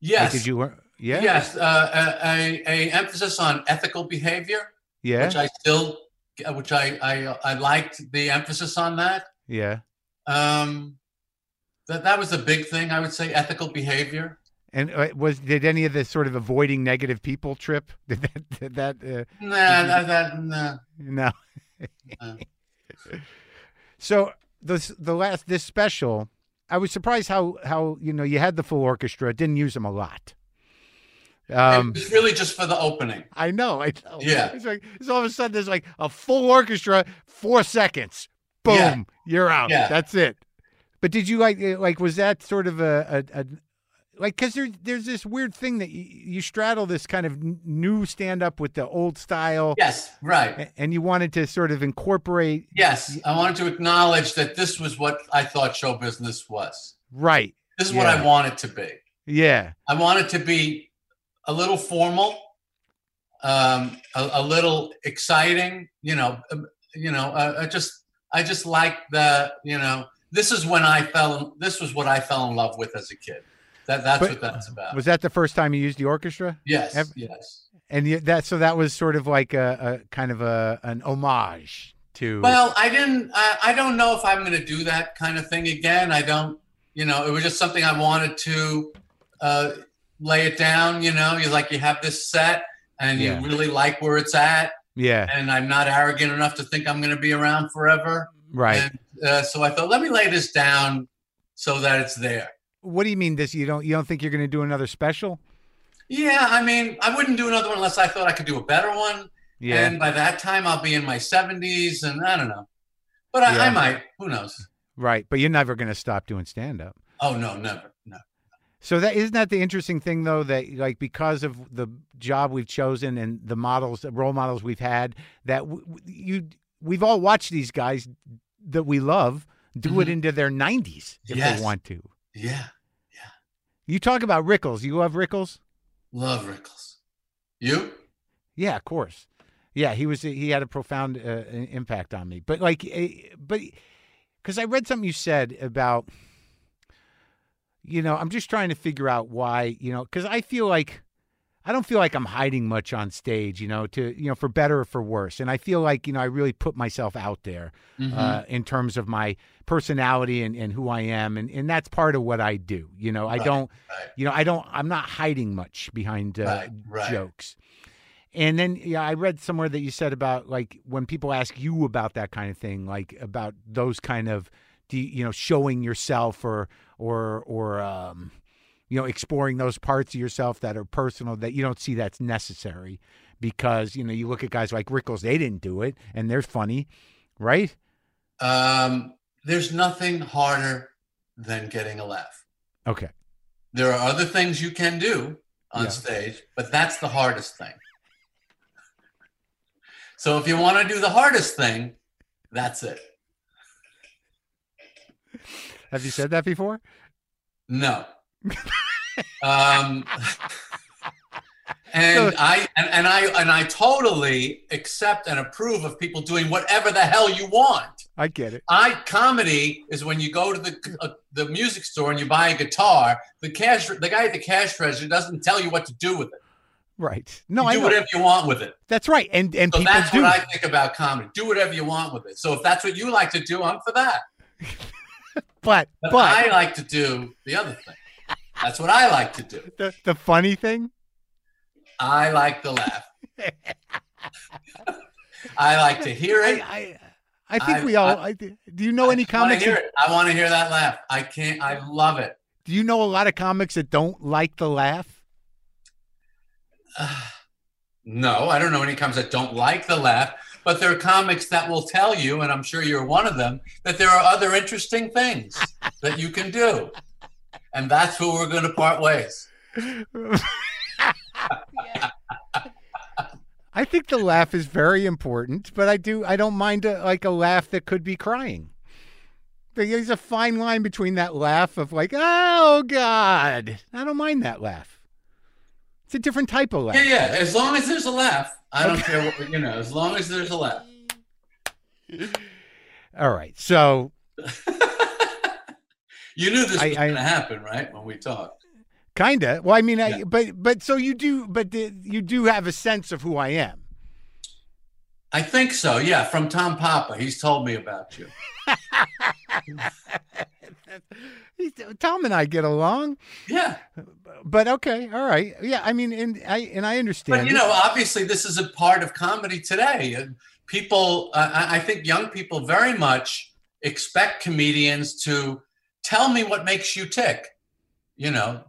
S1: Like,
S3: yes,
S1: did you learn yeah
S3: Yes, uh, a, a, a emphasis on ethical behavior,
S1: yeah
S3: which I still, uh, which I, I I liked the emphasis on that.
S1: yeah
S3: Um, that that was the big thing I would say ethical behavior.
S1: And uh, was did any of the sort of avoiding negative people trip? Did that? Did that uh,
S3: Nah, that, that nah.
S1: no.
S3: No.
S1: so this the last this special, I was surprised how how you know you had the full orchestra. It didn't use them a lot. Um,
S3: it was really just for the opening.
S1: I know. I know.
S3: Yeah.
S1: It's like it's all of a sudden there's like a full orchestra, four seconds. Boom,
S3: Yeah.
S1: you're out.
S3: Yeah.
S1: That's it. But did you like uh, like was that sort of a, a, a like because there, there's this weird thing that you, you straddle this kind of n- new stand up with the old style,
S3: Yes, right.
S1: a- and you wanted to sort of incorporate
S3: Yes, I wanted to acknowledge that this was what I thought show business was.
S1: right,
S3: This is what I
S1: Yeah.
S3: want it to be.
S1: yeah,
S3: I want it to be a little formal, um, a, a little exciting. You know, um, you know. Uh, I just, I just like the, you know. This is when I fell. This was what I fell in love with as a kid. That that's
S1: But-
S3: what that's about.
S1: was that the first time you used the orchestra?
S3: yes,
S1: ev-
S3: yes.
S1: And you, that so that was sort of like a, a kind of a an homage to
S3: Well, I didn't. I, I don't know if I'm going to do that kind of thing again. I don't. You know, it was just something I wanted to uh, lay it down. You know, you like you have this set, and
S1: Yeah.
S3: you really like where it's at,
S1: yeah,
S3: and I'm not arrogant enough to think I'm going to be around forever.
S1: right.
S3: And, uh, so I thought, let me lay this down so that it's there.
S1: What do you mean this you don't you don't think you're going to do another special?
S3: Yeah, I mean, I wouldn't do another one unless I thought I could do a better one.
S1: Yeah.
S3: And by that time, I'll be in my 70s, and I don't know. But I,
S1: Yeah.
S3: I might. Who knows?
S1: right, but you're never going to stop doing stand up.
S3: Oh no, never. No.
S1: So that isn't that the interesting thing though that like because of the job we've chosen and the models the role models we've had that w- w- you we've all watched these guys that we love do it
S3: Mhm.
S1: into their 90s if
S3: Yes.
S1: they want to.
S3: Yeah,
S1: You talk about Rickles. You love Rickles?
S3: love Rickles. You?
S1: Yeah, of course. Yeah, he was he had a profound uh, i- impact on me. But like eh, but cuz I read something you said about you know, I'm just trying to figure out why, you know, cuz I feel like I don't feel like I'm hiding much on stage, you know, to you know, for better or for worse. And I feel like, you know, I really put myself out there
S3: Mm-hmm.
S1: uh, in terms of my personality and, and who I am and, and that's part of what I do. You know, I
S3: Right,
S1: don't
S3: right.
S1: you know, I don't I'm not hiding much behind uh,
S3: Right, right.
S1: jokes. And then yeah, I read somewhere that you said about like when people ask you about that kind of thing, like about those kind of do you, you know showing yourself or or or um you know exploring those parts of yourself that are personal that you don't see that's necessary because you know you look at guys like Rickles, they didn't do it and they're funny, right?
S3: Um, there's nothing harder than getting a laugh.
S1: Okay.
S3: There are other things you can do on
S1: Yeah.
S3: stage, but that's the hardest thing. So if you want to do the hardest thing, that's it.
S1: Have you said that before?
S3: No. um, and
S1: So-
S3: I and, and I and I totally accept and approve of people doing whatever the hell you want.
S1: I get it.
S3: I comedy is when you go to the uh, the music store and you buy a guitar. The cash, the guy at the cash register doesn't tell you what to do with it.
S1: Right. No,
S3: You
S1: I
S3: do
S1: know.
S3: whatever you want with it.
S1: That's right. And and
S3: So
S1: people
S3: that's
S1: do.
S3: what I think about comedy. Do whatever you want with it. So if that's what you like to do, I'm for that.
S1: but
S3: But,
S1: but
S3: I like to do the other thing. That's what I like to do.
S1: the, the funny thing.
S3: I like to laugh. I like to hear it.
S1: I I, I think
S3: I-
S1: we all.
S3: I-
S1: I, thi- do you know any
S3: I want to
S1: comics?
S3: hear
S1: that-
S3: it. I want to hear that laugh. I can't. I love it.
S1: do you know a lot of comics that don't like the laugh?
S3: No, I don't know any comics that don't like the laugh, but there are comics that will tell you, and I'm sure you're one of them, that there are other interesting things that you can do. And that's where we're going to part ways.
S1: I think the laugh is very important, but I do. I don't mind a, like a laugh that could be crying. There's a fine line between that laugh of like, oh god, I don't mind that laugh. It's a different type of laugh.
S3: Yeah, yeah. As long as there's a laugh, I don't care what, you know, as long as there's a laugh.
S1: All right, so
S3: You knew this
S1: I-
S3: was
S1: I-
S3: going to happen, right? When we talked.
S1: Kinda. Well, I mean, I,
S3: Yeah.
S1: but but so you do, but the, you do have a sense of who I am.
S3: I think so. Yeah. From Tom Papa. He's told me about you.
S1: Tom and I get along,
S3: Yeah.
S1: but okay, all right, yeah. I mean, and I and I understand.
S3: But you know, obviously, this is a part of comedy today. And People, uh, I I think young people very much expect comedians to tell me what makes you tick. You know,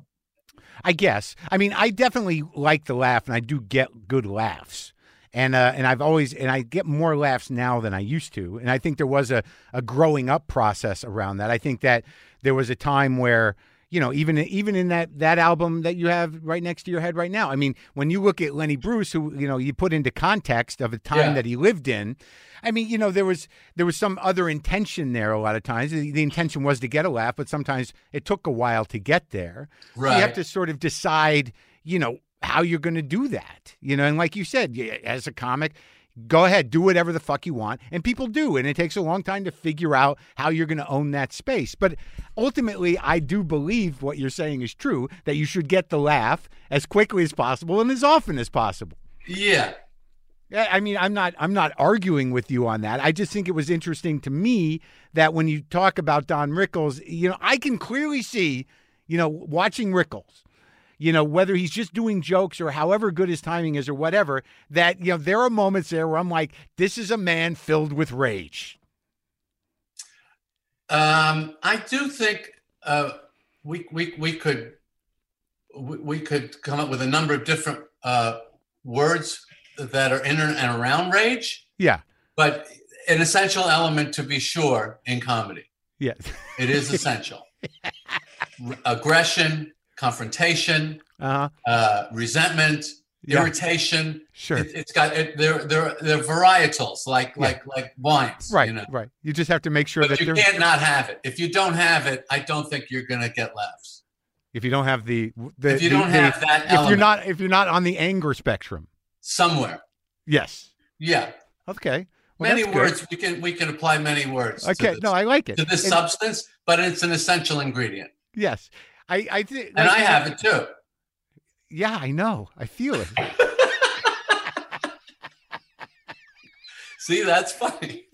S1: I guess. I mean, I definitely like the laugh, and I do get good laughs. And uh, and I've always and I get more laughs now than I used to. And I think there was a a growing up process around that. I think that there was a time where you know even even in that that album that you have right next to your head right now. I mean, when you look at Lenny Bruce, who you know you put into context of a time
S3: Yeah.
S1: that he lived in. I mean, you know, there was there was some other intention there. A lot of times, the, the intention was to get a laugh, but sometimes it took a while to get there. So You have
S3: Right.
S1: to sort of decide, you know, how you're going to do that. You know, and like you said, y- as a comic, go ahead, do whatever the fuck you want. And people do. And it takes a long time to figure out how you're going to own that space. But ultimately, I do believe what you're saying is true that you should get the laugh as quickly as possible and as often as possible.
S3: yeah.
S1: Yeah, I mean, I'm not, I'm not arguing with you on that. I just think it was interesting to me that when you talk about Don Rickles, you know, I can clearly see, you know, watching Rickles, you know, whether he's just doing jokes or however good his timing is or whatever, that you know, there are moments there where I'm like, this is a man filled with rage.
S3: Um, I do think uh, we, we we could we, we could come up with a number of different uh, words that are in and around rage,
S1: Yeah,
S3: but an essential element to be sure in comedy.
S1: yeah,
S3: It is essential. R- Aggression, confrontation,
S1: uh-huh.
S3: uh, resentment,
S1: Yeah.
S3: irritation.
S1: sure,
S3: It, it's got it, they're they're they're varietals like
S1: Yeah.
S3: like like wines,
S1: right,
S3: You know,
S1: right. You just have to make sure
S3: but
S1: that
S3: you
S1: there,
S3: can't not have it. If you don't have it, I don't think you're gonna get laughs.
S1: if you don't have the, the
S3: If you
S1: the-
S3: don't
S1: the-
S3: have that
S1: if
S3: element
S1: you're not, if you're not on the anger spectrum,
S3: somewhere,
S1: yes,
S3: yeah,
S1: okay. Well,
S3: many
S1: that's good.
S3: words we can we can apply many words.
S1: Okay,
S3: to this,
S1: no, I like it.
S3: to this
S1: And-
S3: substance, but it's an essential ingredient,
S1: yes, I, I think,
S3: and I have it too.
S1: Yeah, I know. I feel it.
S3: See, that's funny.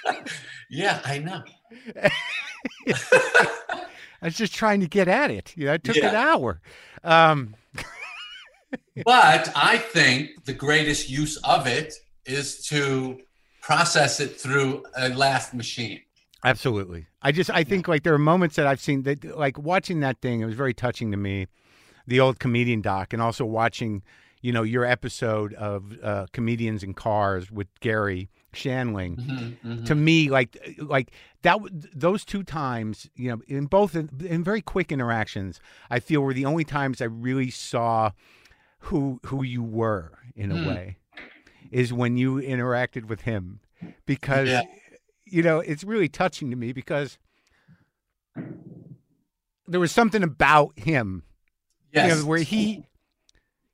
S3: yeah, I know.
S1: I was just trying to get at it. You know, it took an
S3: Yeah.
S1: hour. Um,
S3: But I think the greatest use of it is to process it through a laugh machine.
S1: absolutely. I just, I think like there are moments that I've seen that, like watching that thing, it was very touching to me, the old comedian doc, and also watching, you know, your episode of uh, comedians in cars with Gary Shanling.
S3: Mhm, mhm.
S1: to me like like that w- those two times you know in both in, in very quick interactions i feel were the only times i really saw who who you were in a
S3: Hmm.
S1: way is when you interacted with him because
S3: Yeah.
S1: you know it's really touching to me because there was something about him you know,
S3: Yes.
S1: where he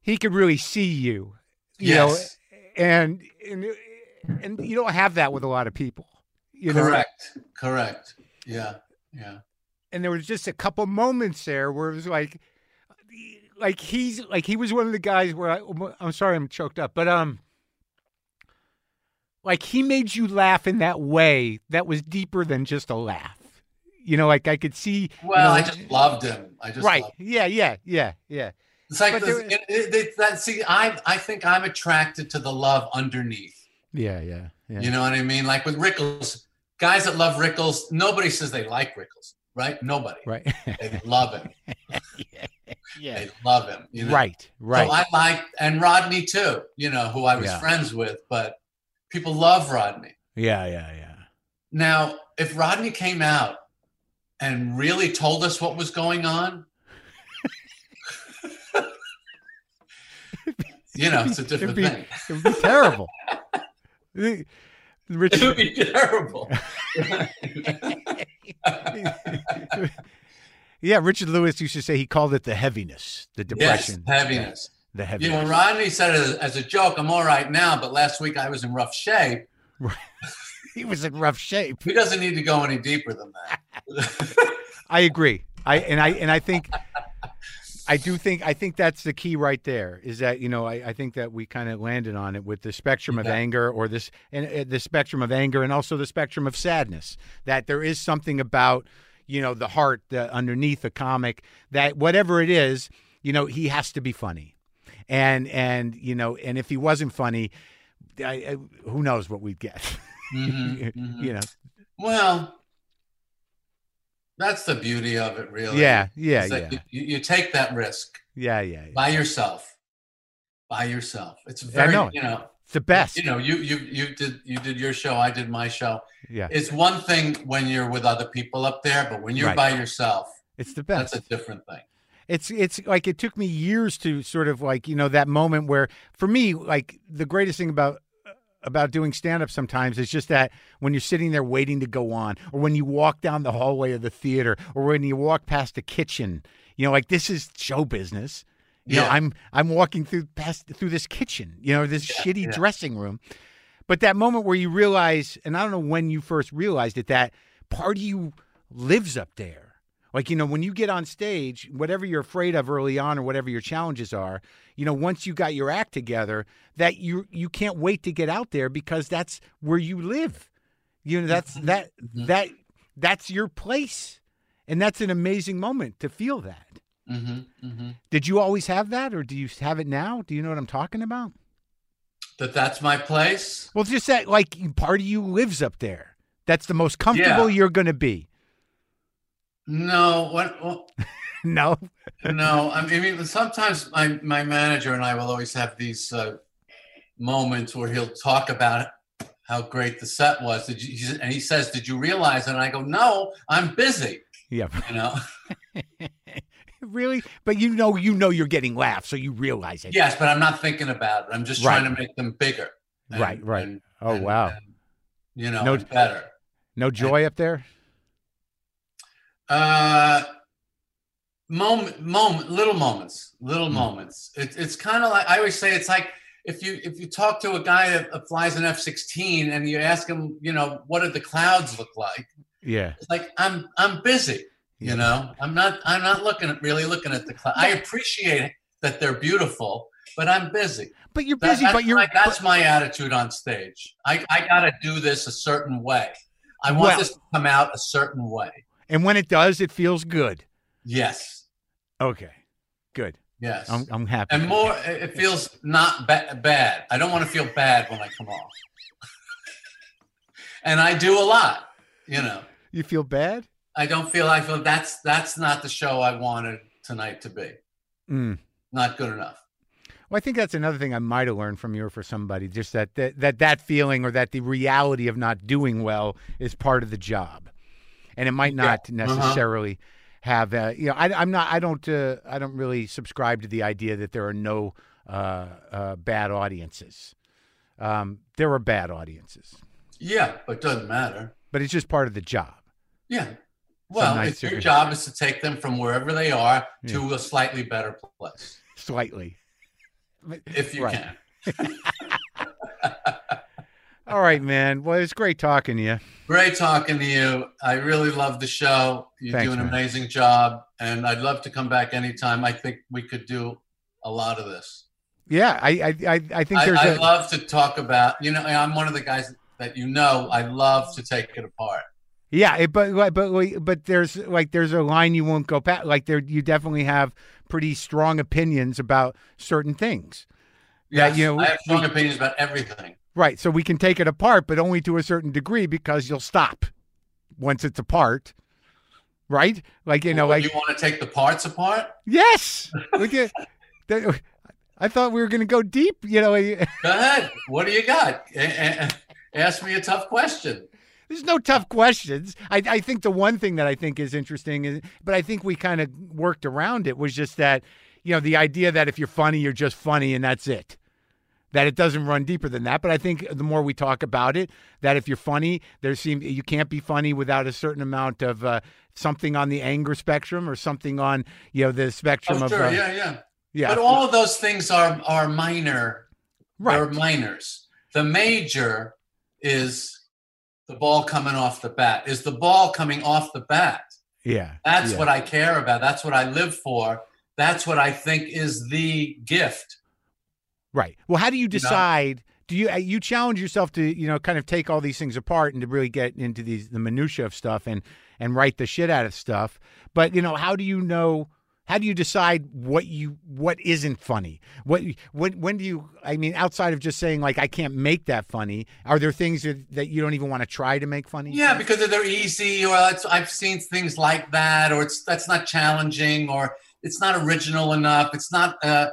S1: he could really see you you know
S3: yes.
S1: and and and you don't have that with a lot of people. You know,
S3: correct. Correct. Yeah. Yeah.
S1: and there was just a couple moments there where it was like, like he's like he was one of the guys where I, I'm sorry I'm choked up, but um, like he made you laugh in that way that was deeper than just a laugh. You know, like I could see. you
S3: Well, I
S1: know,
S3: just loved him. I just
S1: right.
S3: loved him.
S1: Yeah, yeah, yeah, yeah.
S3: It's like
S1: But
S3: this,
S1: there-
S3: it, it, it- that. See, I I think I'm attracted to the love underneath.
S1: Yeah, yeah, yeah.
S3: You know what I mean? Like with Rickles, guys that love Rickles, nobody says they like Rickles, right? Nobody.
S1: right.
S3: They love him.
S1: yeah.
S3: They love him. You know?
S1: Right, right.
S3: So I like and Rodney too, you know, who I was
S1: Yeah.
S3: friends with, but people love Rodney.
S1: yeah, yeah, yeah.
S3: Now, if Rodney came out and really told us what was going on, you know, it's a
S1: It'd
S3: different
S1: be-
S3: thing.
S1: It would be terrible. The-
S3: It would
S1: Richard,
S3: be terrible.
S1: yeah, Richard Lewis used to say he called it the heaviness, the
S3: yes,
S1: depression,
S3: heaviness.
S1: the
S3: You
S1: heaviness.
S3: know, when Rodney said as, as a joke, I'm all right now, but last week I was in rough shape.
S1: He was in rough shape.
S3: He doesn't need to go any deeper than that.
S1: I agree. I and I and I think I do think I think that's the key right there is that you know I, I think that we kind of landed on it with the spectrum of
S3: Yeah.
S1: anger or this and uh, the spectrum of anger and also the spectrum of sadness that there is something about you know, the heart the, underneath the comic that whatever it is, you know, he has to be funny. And, and, you know, and if he wasn't funny, I, I, who knows what we'd get,
S3: Mhm, mhm.
S1: you know?
S3: Well, that's the beauty of it, really.
S1: Yeah. Yeah.
S3: It's like
S1: Yeah.
S3: You, you take that risk
S1: Yeah. Yeah. yeah.
S3: by yourself. By yourself. It's very,
S1: know.
S3: you know,
S1: It's the best.
S3: you know, you you you did you did your show, I did my show.
S1: Yeah.
S3: It's one thing when you're with other people up there, but when you're
S1: Right.
S3: by yourself,
S1: It's the
S3: that's
S1: best.
S3: a different thing.
S1: It's it's like it took me years to sort of like you know that moment where for me like the greatest thing about about doing stand up sometimes is just that when you're sitting there waiting to go on or when you walk down the hallway of the theater or when you walk past the kitchen you know like this is show business you know
S3: Yeah.
S1: I'm I'm walking through past through this kitchen you know this
S3: Yeah,
S1: shitty
S3: yeah.
S1: dressing room but that moment where you realize and I don't know when you first realized it that part of you lives up there like, you know, when you get on stage, whatever you're afraid of early on or whatever your challenges are, you know, once you got your act together, that you you can't wait to get out there because that's where you live. You know, that's that that that's your place. And that's an amazing moment to feel that.
S3: hmm hmm
S1: Did you always have that or do you have it now? Do you know what I'm talking about?
S3: That that's my place.
S1: Well, just that like part of you lives up there. That's the most comfortable you're going to be.
S3: No, what, what
S1: No.
S3: no, I mean I mean, sometimes my my manager and I will always have these uh, moments where he'll talk about how great the set was. Did you, he said- and he says, "Did you realize?" And I go, "No, I'm busy."
S1: Yeah.
S3: You know.
S1: really? But you know you know you're getting laughs, so you realize it.
S3: yes, but I'm not thinking about it. I'm just
S1: Right.
S3: trying to make them bigger.
S1: Right, right.
S3: and-
S1: Oh
S3: and-
S1: wow.
S3: and, you know,
S1: No-
S3: and better.
S1: No joy up there?
S3: Uh, moment, moment, little moments, little
S1: Hmm.
S3: moments. It, it's kind of like I always say. It's like if you if you talk to a guy that uh, flies an F sixteen and you ask him, you know, what did the clouds look like?
S1: Yeah.
S3: It's like I'm I'm busy. You know, I'm not I'm not looking at really looking at the clouds. I appreciate that they're beautiful, but I'm busy.
S1: But you're
S3: That-
S1: busy,
S3: that's
S1: but you're
S3: my, that's my attitude on stage. I, I gotta do this a certain way. I want
S1: Well-
S3: this to come out a certain way.
S1: and when it does, it feels good.
S3: Yes,
S1: Okay. Good.
S3: yes.
S1: I'm I'm happy.
S3: and
S1: for
S3: more, it it feels not ba- bad. I don't want to feel bad when I come off. and I do a lot. You know,
S1: you. You feel bad?
S3: I don't feel I feel that's that's not the show I wanted tonight to be.
S1: Mm.
S3: Not good enough.
S1: Well, I think that's another thing I might have learned from you or for somebody, just that that, that that feeling or that the reality of not doing well is part of the job. And it might
S3: Yeah.
S1: not
S3: Uh-huh.
S1: necessarily have uh, you know, I I'm not I don't uh, I don't really subscribe to the idea that there are no uh, uh, bad audiences. Um, there are bad audiences,
S3: Yeah, but it doesn't matter.
S1: but it's just part of the job.
S3: Yeah. Well,
S1: nights
S3: it's your
S1: you're- Hmm.
S3: job is to take them from wherever they are to a slightly better place.
S1: slightly.
S3: if you
S1: Right.
S3: can.
S1: All right, man. Well, it's great talking to you.
S3: Great talking to you. I really love the show. You
S1: Thanks,
S3: do an
S1: man.
S3: amazing job, and I'd love to come back anytime. I think we could do a lot of this.
S1: Yeah, I I I, I think
S3: I,
S1: there's
S3: I
S1: a
S3: love to talk about. You know, I'm one of the guys that you know. I love to take it apart.
S1: yeah, it, but like, but like, but there's like there's a line you won't go past. Like there, you definitely have pretty strong opinions about certain things. Yeah, you know,
S3: I have strong
S1: we-
S3: opinions about everything.
S1: Right. So we can take it apart, but only to a certain degree because you'll stop once it's apart. Right? Like you know, like
S3: you want to take the parts apart?
S1: yes. Would you- that- I thought we were going to go deep. You know,
S3: Go ahead. What do you got? A- a- a- Ask me a tough question.
S1: There's no tough questions. I, I think the one thing that I think is interesting is, but I think we kind of worked around it was just that, you know, the idea that if you're funny, you're just funny and that's it. That it doesn't run deeper than that. But I think the more we talk about it, that if you're funny, there seem you can't be funny without a certain amount of uh, something on the anger spectrum or something on you know the spectrum
S3: Oh,
S1: of
S3: sure.
S1: uh,
S3: yeah, yeah.
S1: yeah,
S3: But all of those things are are minor
S1: right,
S3: They're minors. The major is the ball coming off the bat. Is the ball coming off the bat?
S1: yeah.
S3: That's
S1: yeah.
S3: what I care about. That's what I live for. That's what I think is the gift.
S1: Right. Well, how do you decide? Do you uh, you challenge yourself to you know kind of take all these things apart and to really get into these the minutia of stuff and and write the shit out of stuff. But you know, how do you know? How do you decide what you what isn't funny? What when when do you? I mean, outside of just saying like I can't make that funny, are there things that, that you don't even want to try to make funny?
S3: Yeah, because they're easy, or that's, I've seen things like that, or it's that's not challenging, or it's not original enough. It's not. Uh,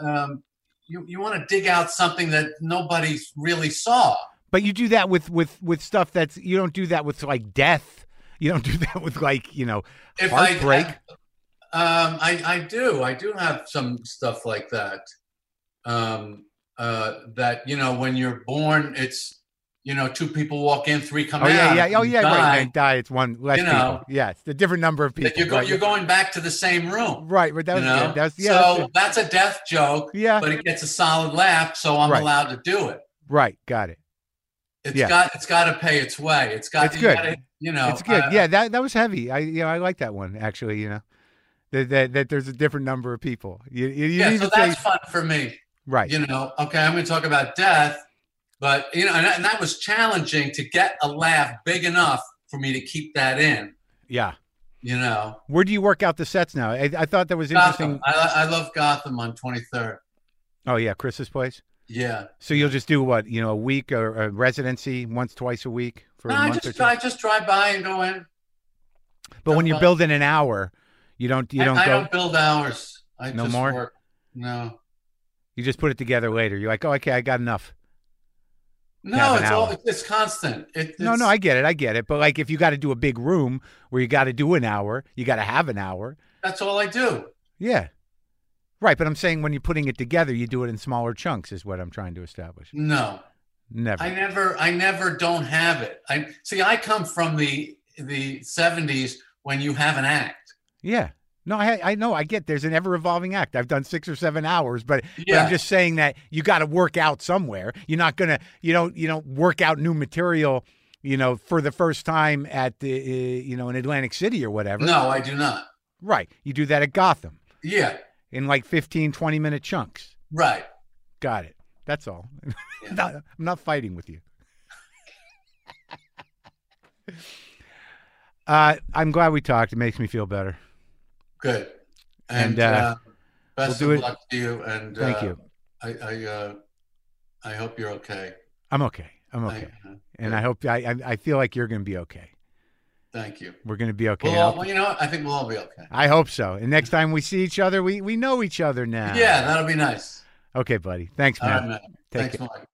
S3: um, you you want to dig out something that nobody really saw.
S1: But you do that with with with stuff that's you don't do that with like death. You don't do that with like you know
S3: If I-
S1: heartbreak.
S3: Um, I I do I do have some stuff like that. Um, uh, that you know when you're born, it's you know two people walk in, three come
S1: oh
S3: out.
S1: yeah, yeah, oh
S3: You
S1: yeah,
S3: die,
S1: right. They die. It's one less
S3: You know.
S1: people. Yeah, it's a different number of people.
S3: That you're go-
S1: right.
S3: you're going back to the same room.
S1: Right, but that was
S3: you know?
S1: good. That's yeah, that's
S3: so
S1: good.
S3: that's a death joke,
S1: yeah,
S3: but it gets a solid laugh, so I'm
S1: Right.
S3: allowed to do it.
S1: right. Got it.
S3: It's
S1: Yeah.
S3: got it's got to pay its way. It's got
S1: It's
S3: you
S1: good.
S3: gotta- you know, uh,
S1: it's good.
S3: I-
S1: yeah, that that was heavy. I you know I like that one actually. You know, that that, that there's a different number of people. You you, you
S3: yeah.
S1: need
S3: So
S1: to say
S3: that's fun for me.
S1: right.
S3: you know, okay, I'm going to talk about death, but you know, and that, and that was challenging to get a laugh big enough for me to keep that in.
S1: yeah.
S3: You know,
S1: Where do you work out the sets now? I, I thought that was interesting.
S3: Gotham. I, I love Gotham on 23rd.
S1: Oh yeah, Chris's place.
S3: Yeah,
S1: So you'll just do what you know a week or a residency once twice a week for
S3: no,
S1: a
S3: I
S1: month or
S3: just
S1: two.
S3: I just drive by and go in.
S1: but when you're
S3: well-
S1: building an hour, you don't you
S3: I-
S1: don't
S3: I,
S1: go.
S3: don't build hours. I
S1: No
S3: just
S1: more?
S3: Work. No,
S1: You just put it together later. You're like, oh okay, I got enough. Half
S3: no,
S1: an
S3: it's all
S1: hour.
S3: it's, it's constant. It, it's,
S1: No, no, I get it. I get it. But like if you got to do a big room where you got to do an hour, you got to have an hour.
S3: that's all I do.
S1: Yeah. Right, but I'm saying when you're putting it together, you do it in smaller chunks is what I'm trying to establish.
S3: No,
S1: Never.
S3: I never, I never don't have it. I see. I come from the the 70s when you have an act.
S1: yeah. No, I I know I get there's an ever evolving act. I've done 6 or 7 hours, but, but
S3: Yeah.
S1: I'm just saying that you got to work out somewhere. You're not going to you don't you don't work out new material, you know, for the first time at the uh, you know in Atlantic City or whatever.
S3: No, I do not.
S1: Right. You do that at Gotham
S3: Yeah,
S1: in like 15 20 minute chunks.
S3: right.
S1: Got it. That's all.
S3: Yeah.
S1: Not- I'm not fighting with you. uh, I'm glad we talked. It makes me feel better.
S3: Good.
S1: And,
S3: And,
S1: uh,
S3: uh, best
S1: we'll do
S3: of
S1: it-
S3: luck to you. And
S1: Thank
S3: uh,
S1: you.
S3: I I, uh, I hope you're okay.
S1: I'm okay. I'm
S3: I-
S1: okay.
S3: uh,
S1: and I hope I, I I feel like you're going to be okay.
S3: thank you.
S1: We're going to be okay.
S3: Well,
S1: I
S3: all,
S1: hope-
S3: well, you know, what? I think we'll all be okay.
S1: I hope so. And next time we see each other, we we know each other now.
S3: Yeah, that'll be nice.
S1: Okay, buddy. Thanks,
S3: All
S1: man.
S3: right, man.
S1: Take
S3: Thanks,
S1: it.
S3: Mike.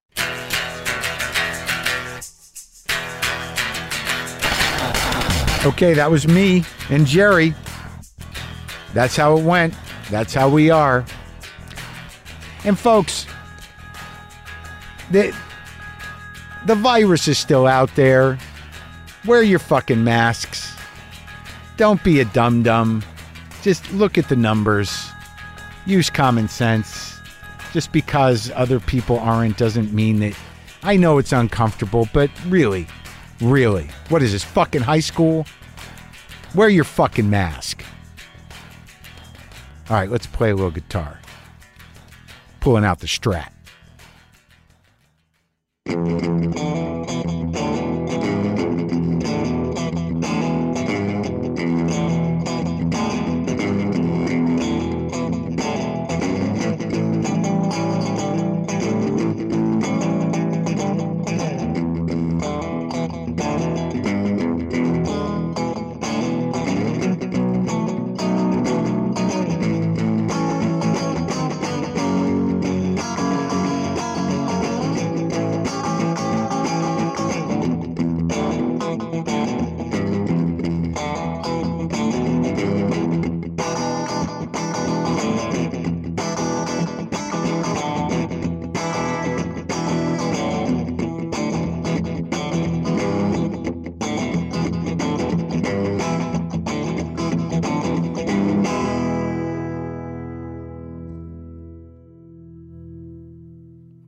S1: Okay, that was me and Jerry. That's how it went. That's how we are. And folks, the the virus is still out there. Wear your fucking masks. Don't be a dum dum. Just look at the numbers. Use common sense. Just because other people aren't doesn't mean that. I know it's uncomfortable, but really, really, what is this fucking high school? Wear your fucking mask. All right, let's play a little guitar. Pulling out the strat.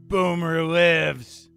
S1: Boomer lives.